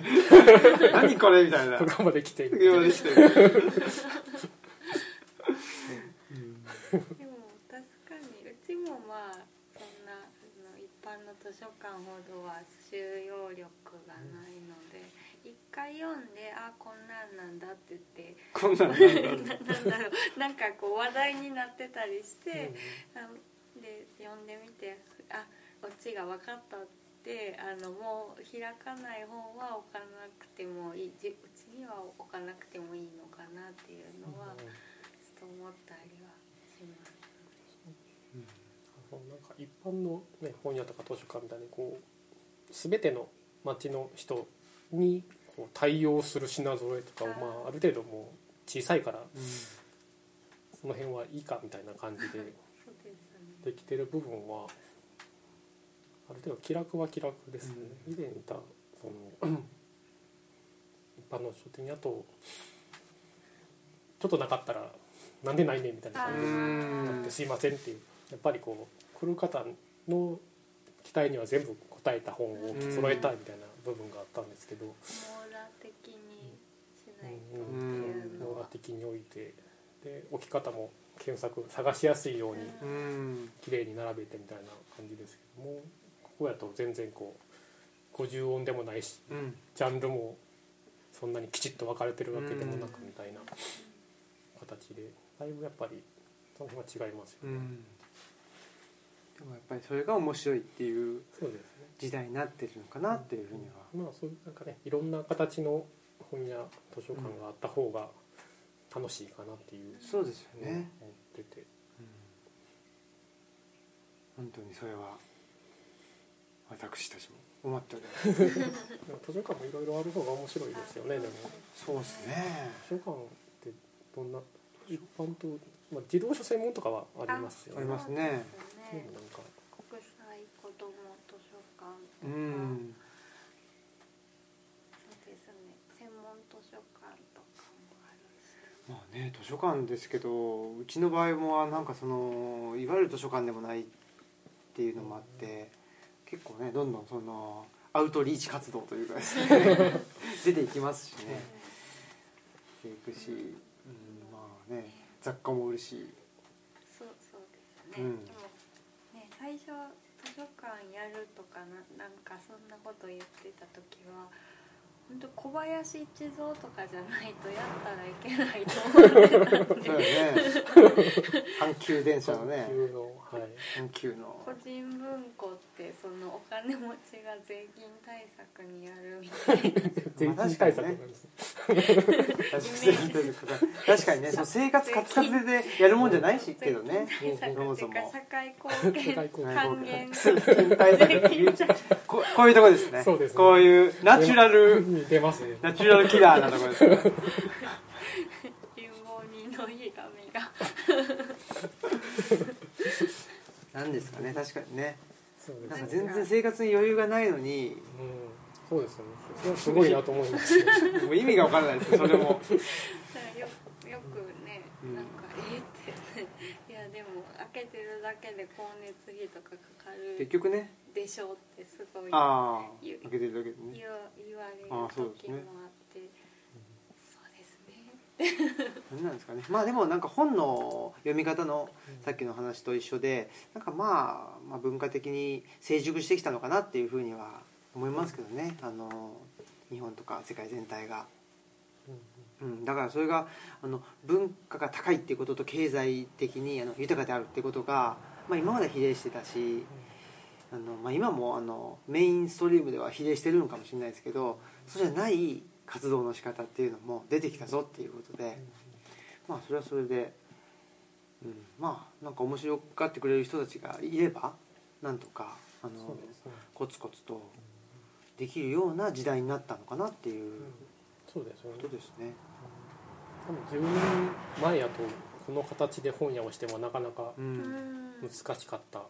[SPEAKER 1] い何これみ たいな
[SPEAKER 3] ここまで来てみたいな
[SPEAKER 1] 今まで来てる
[SPEAKER 2] でも確かにうちもまあそんなあの一般の図書館ほどは収容力がないので一回読んであこんなんなんだって言って
[SPEAKER 1] こんなの
[SPEAKER 2] ななんだろうなんかこう話題になってたりして、あで読んでみてあオチが分かったってあのもう開かない本は置かなくてもいいじうちには置かなくてもいいのかなっていうのはちょっと思ったりはします。
[SPEAKER 3] あのなんか一般の、ね、本屋とか図書館みたいにこう全ての町の人にこう対応する品揃えとかを、まあ、ある程度もう小さいからその辺はいいかみたいな感じで
[SPEAKER 2] そうですね
[SPEAKER 3] できてる部分はある程度気楽は気楽ですね、以前いたその一般の書店やとちょっとなかったらなんでないねんみたいな感じで
[SPEAKER 1] う
[SPEAKER 2] あ
[SPEAKER 1] ん
[SPEAKER 3] だってすいませんっていうやっぱりこう来る方の期待には全部応えた本を揃えたいみたいな部分があったんですけど
[SPEAKER 2] 網羅的にしないとっ
[SPEAKER 3] うん
[SPEAKER 2] ていうの
[SPEAKER 3] 網羅
[SPEAKER 2] は、
[SPEAKER 3] 的においてで置き方も検索探しやすいように
[SPEAKER 1] うん
[SPEAKER 3] 綺麗に並べてみたいな感じですけどもここやと全然こう50音でもないし
[SPEAKER 1] うん
[SPEAKER 3] ジャンルもそんなにきちっと分かれてるわけでもなくみたいな形でだいぶやっぱりその辺は違いますよ
[SPEAKER 1] う
[SPEAKER 3] ね。
[SPEAKER 1] んでもやっぱりそれが面白いっていう
[SPEAKER 3] そうですね
[SPEAKER 1] 時代になってるのかなっていうふうには
[SPEAKER 3] まあそういうなんかねいろんな形の本屋図書館があった方が楽しいかなっていう
[SPEAKER 1] そうですよね、
[SPEAKER 3] 思ってて、
[SPEAKER 1] うん、本当にそれは私たちも思っております
[SPEAKER 3] でも図書館もいろいろある方が面白いですよねでも
[SPEAKER 1] そうですね
[SPEAKER 3] 図書館ってどんな一般と、まあ、自動書専門とかはありますよ
[SPEAKER 1] あり
[SPEAKER 3] ね
[SPEAKER 1] ますね
[SPEAKER 2] そうです
[SPEAKER 3] で
[SPEAKER 2] ね
[SPEAKER 3] もなんか
[SPEAKER 2] 国際子ども図書館
[SPEAKER 1] う
[SPEAKER 2] とか、
[SPEAKER 1] ん
[SPEAKER 2] そうですね専門図書館とかもあるし
[SPEAKER 1] まあね図書館ですけどうちの場合もなんかそのいわゆる図書館でもないっていうのもあって結構ねどんどんそのアウトリーチ活動というかですね出ていきますしね出ていくし、うん、まあね雑貨も売るし
[SPEAKER 2] そうそうです
[SPEAKER 1] う
[SPEAKER 2] ね、
[SPEAKER 1] ん
[SPEAKER 2] でもね最初図書館やるとかななんかそんなこと言ってた時は本当小林一三とかじゃないとやったらいけないと思 ってたん
[SPEAKER 1] そうだよ
[SPEAKER 2] で
[SPEAKER 1] ね阪急電車のね
[SPEAKER 3] 阪急の はい
[SPEAKER 1] 阪急の
[SPEAKER 2] 個人文庫ってそのお金持ちが税金対策にやるみたいな
[SPEAKER 3] 税金対策なんです、
[SPEAKER 1] 確かに確かにねその生活カツカツでやるもんじゃないしけどね
[SPEAKER 2] 税金対
[SPEAKER 1] そも
[SPEAKER 2] 策って
[SPEAKER 1] そ
[SPEAKER 2] い
[SPEAKER 1] も
[SPEAKER 2] うか社会貢
[SPEAKER 3] 世
[SPEAKER 2] 献
[SPEAKER 3] 界公
[SPEAKER 2] 還元
[SPEAKER 1] 税金対策ここういうとこですね
[SPEAKER 3] そうですね
[SPEAKER 1] こういうナチュラル
[SPEAKER 3] に出ます ね
[SPEAKER 1] ナチュラルキラーなとこですね
[SPEAKER 2] 流浪人のひがみが
[SPEAKER 1] なんですかね確かにね
[SPEAKER 3] そう
[SPEAKER 1] な
[SPEAKER 3] で
[SPEAKER 1] ん
[SPEAKER 3] す
[SPEAKER 1] か
[SPEAKER 3] ね
[SPEAKER 1] 全然生活に余裕がないのに
[SPEAKER 3] うんそうですよねそれはすごいなと思いますよ
[SPEAKER 1] もう意味が分からないですそれも
[SPEAKER 2] だからよよくね
[SPEAKER 1] うん
[SPEAKER 2] なんかえーってい やでも開けてるだけで光熱費とかかかる
[SPEAKER 1] 結局ね
[SPEAKER 2] でしょうってすごい
[SPEAKER 1] ああ開けてるだけでね
[SPEAKER 2] 言わ言われる
[SPEAKER 1] あーそうです
[SPEAKER 2] 時
[SPEAKER 1] ね
[SPEAKER 2] もあってそうですね
[SPEAKER 1] 何なんですかねまあでもなんか本の読み方のさっきの話と一緒でなんかまあ、まあ、文化的に成熟してきたのかなっていうふうには思いますけどねあの日本とか世界全体が、
[SPEAKER 3] うんうん
[SPEAKER 1] うん、だからそれがあの文化が高いっていうことと経済的にあの豊かであるってことが、まあ、今までは比例してたしあの、まあ、今もあのメインストリームでは比例してるのかもしれないですけどそうじゃない活動の仕方っていうのも出てきたぞっていうことで。まあそれはそれで、うん、まあなんか面白がってくれる人たちがいればなんとかあ
[SPEAKER 3] そ
[SPEAKER 1] の
[SPEAKER 3] うですね
[SPEAKER 1] コツコツとできるような時代になったのかなっていう
[SPEAKER 3] そうですよ
[SPEAKER 1] こ
[SPEAKER 3] ね
[SPEAKER 1] とですね。
[SPEAKER 3] 多分10年前やとこの形で本屋をしてもなかなか
[SPEAKER 1] う、
[SPEAKER 2] うんんうん
[SPEAKER 3] 難しかったお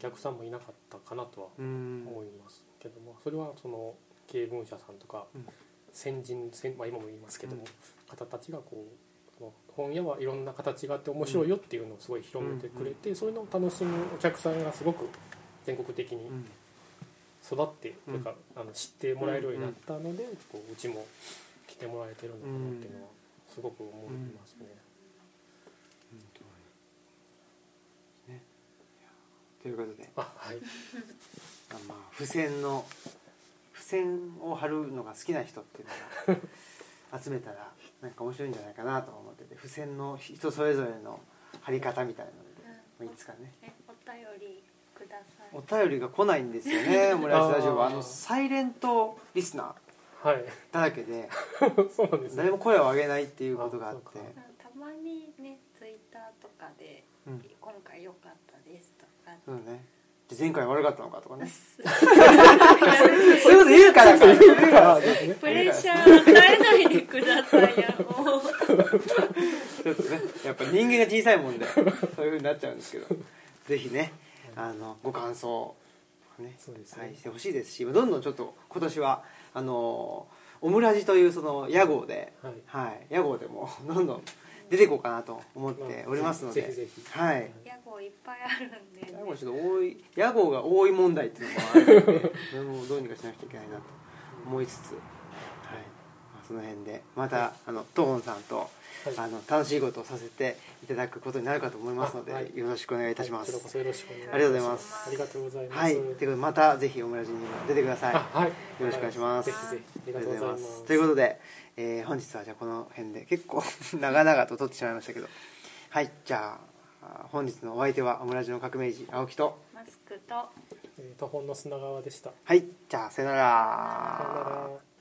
[SPEAKER 3] 客さんもいなかったかなとは
[SPEAKER 1] うん
[SPEAKER 3] 思いますけどもそれはその経営文社さんとか
[SPEAKER 1] うん
[SPEAKER 3] 先人先、まあ、今も言いますけども
[SPEAKER 1] うん
[SPEAKER 3] 方たちがこうその本屋はいろんな形があって面白いよっていうのをすごい広めてくれてそういうのを楽しむお客さんがすごく全国的に
[SPEAKER 1] うん
[SPEAKER 3] 育ってと
[SPEAKER 1] うん
[SPEAKER 3] いうかあの知ってもらえるようになったのでこううちも来てもらえてるのかなっていうのはすごく思いますね。
[SPEAKER 1] ねということで、
[SPEAKER 3] あはい
[SPEAKER 1] まあまあ、付箋の付箋を貼るのが好きな人っていうのが 集めたらなんか面白いんじゃないかなと思ってて付箋の人それぞれの貼り方みたいなので。まあいつかね
[SPEAKER 2] ねお便りください
[SPEAKER 1] お便りが来ないんですよ ねオムライスラジオはあ
[SPEAKER 3] あー
[SPEAKER 1] のサイレントリスナー
[SPEAKER 3] はい
[SPEAKER 1] だらけで
[SPEAKER 3] そうなんですね
[SPEAKER 1] 誰も声を上げないっていうことがあっ
[SPEAKER 3] あそう
[SPEAKER 1] て
[SPEAKER 2] あたまにねツイッターとかで
[SPEAKER 1] うん
[SPEAKER 2] 「今回良かったです」とか
[SPEAKER 1] そうねで前回悪かったのかとかね そういうこと言うからか
[SPEAKER 3] だから ですね
[SPEAKER 2] プレッシャー与えないでくださいやもう
[SPEAKER 1] ちょっとねやっぱ人間が小さいもんでそういうふうになっちゃうんですけどぜひねあのご感想をね
[SPEAKER 3] そうですね
[SPEAKER 1] はい、してほしいですしどんどんちょっと今年はあのオムラジというその屋号で
[SPEAKER 3] はい
[SPEAKER 1] はい、屋号でもどんどん出ていこうかなと思っておりますので、
[SPEAKER 3] ぜひぜひ
[SPEAKER 1] はい
[SPEAKER 2] 屋号いっぱいあるんで、ね
[SPEAKER 1] 屋、号ちょっと多い屋号が多い問題っていうのもあるのでそれもどうにかしなくちゃいけないなと思いつつ、はいまあ、その辺でまた、あのトーンさんと、
[SPEAKER 3] はい
[SPEAKER 1] あの楽しいことをさせていただくことになるかと思いますので、
[SPEAKER 3] あはい
[SPEAKER 1] よろしくお願いいたしま
[SPEAKER 3] こちら
[SPEAKER 1] す
[SPEAKER 3] こ。そよろしくお願いします
[SPEAKER 1] ありがとうございます
[SPEAKER 3] ありがとうございます
[SPEAKER 1] はい、ということでまたぜひオムラジにも出てください。
[SPEAKER 3] あはいよ
[SPEAKER 1] よろしくお願いします
[SPEAKER 3] ぜひぜひあり
[SPEAKER 1] あ
[SPEAKER 3] が
[SPEAKER 1] り
[SPEAKER 3] と
[SPEAKER 1] がとうござい
[SPEAKER 3] うござい
[SPEAKER 1] ま
[SPEAKER 3] ま
[SPEAKER 1] す
[SPEAKER 3] す
[SPEAKER 1] ということで、えー本日はじゃあこの辺で結構長々と撮ってしまいましたけどはいじゃああー本日のお相手はオムラジの革命児青木と
[SPEAKER 2] マスクと
[SPEAKER 3] えー、途方の砂川でした
[SPEAKER 1] はいじゃあさよなら
[SPEAKER 3] さよなら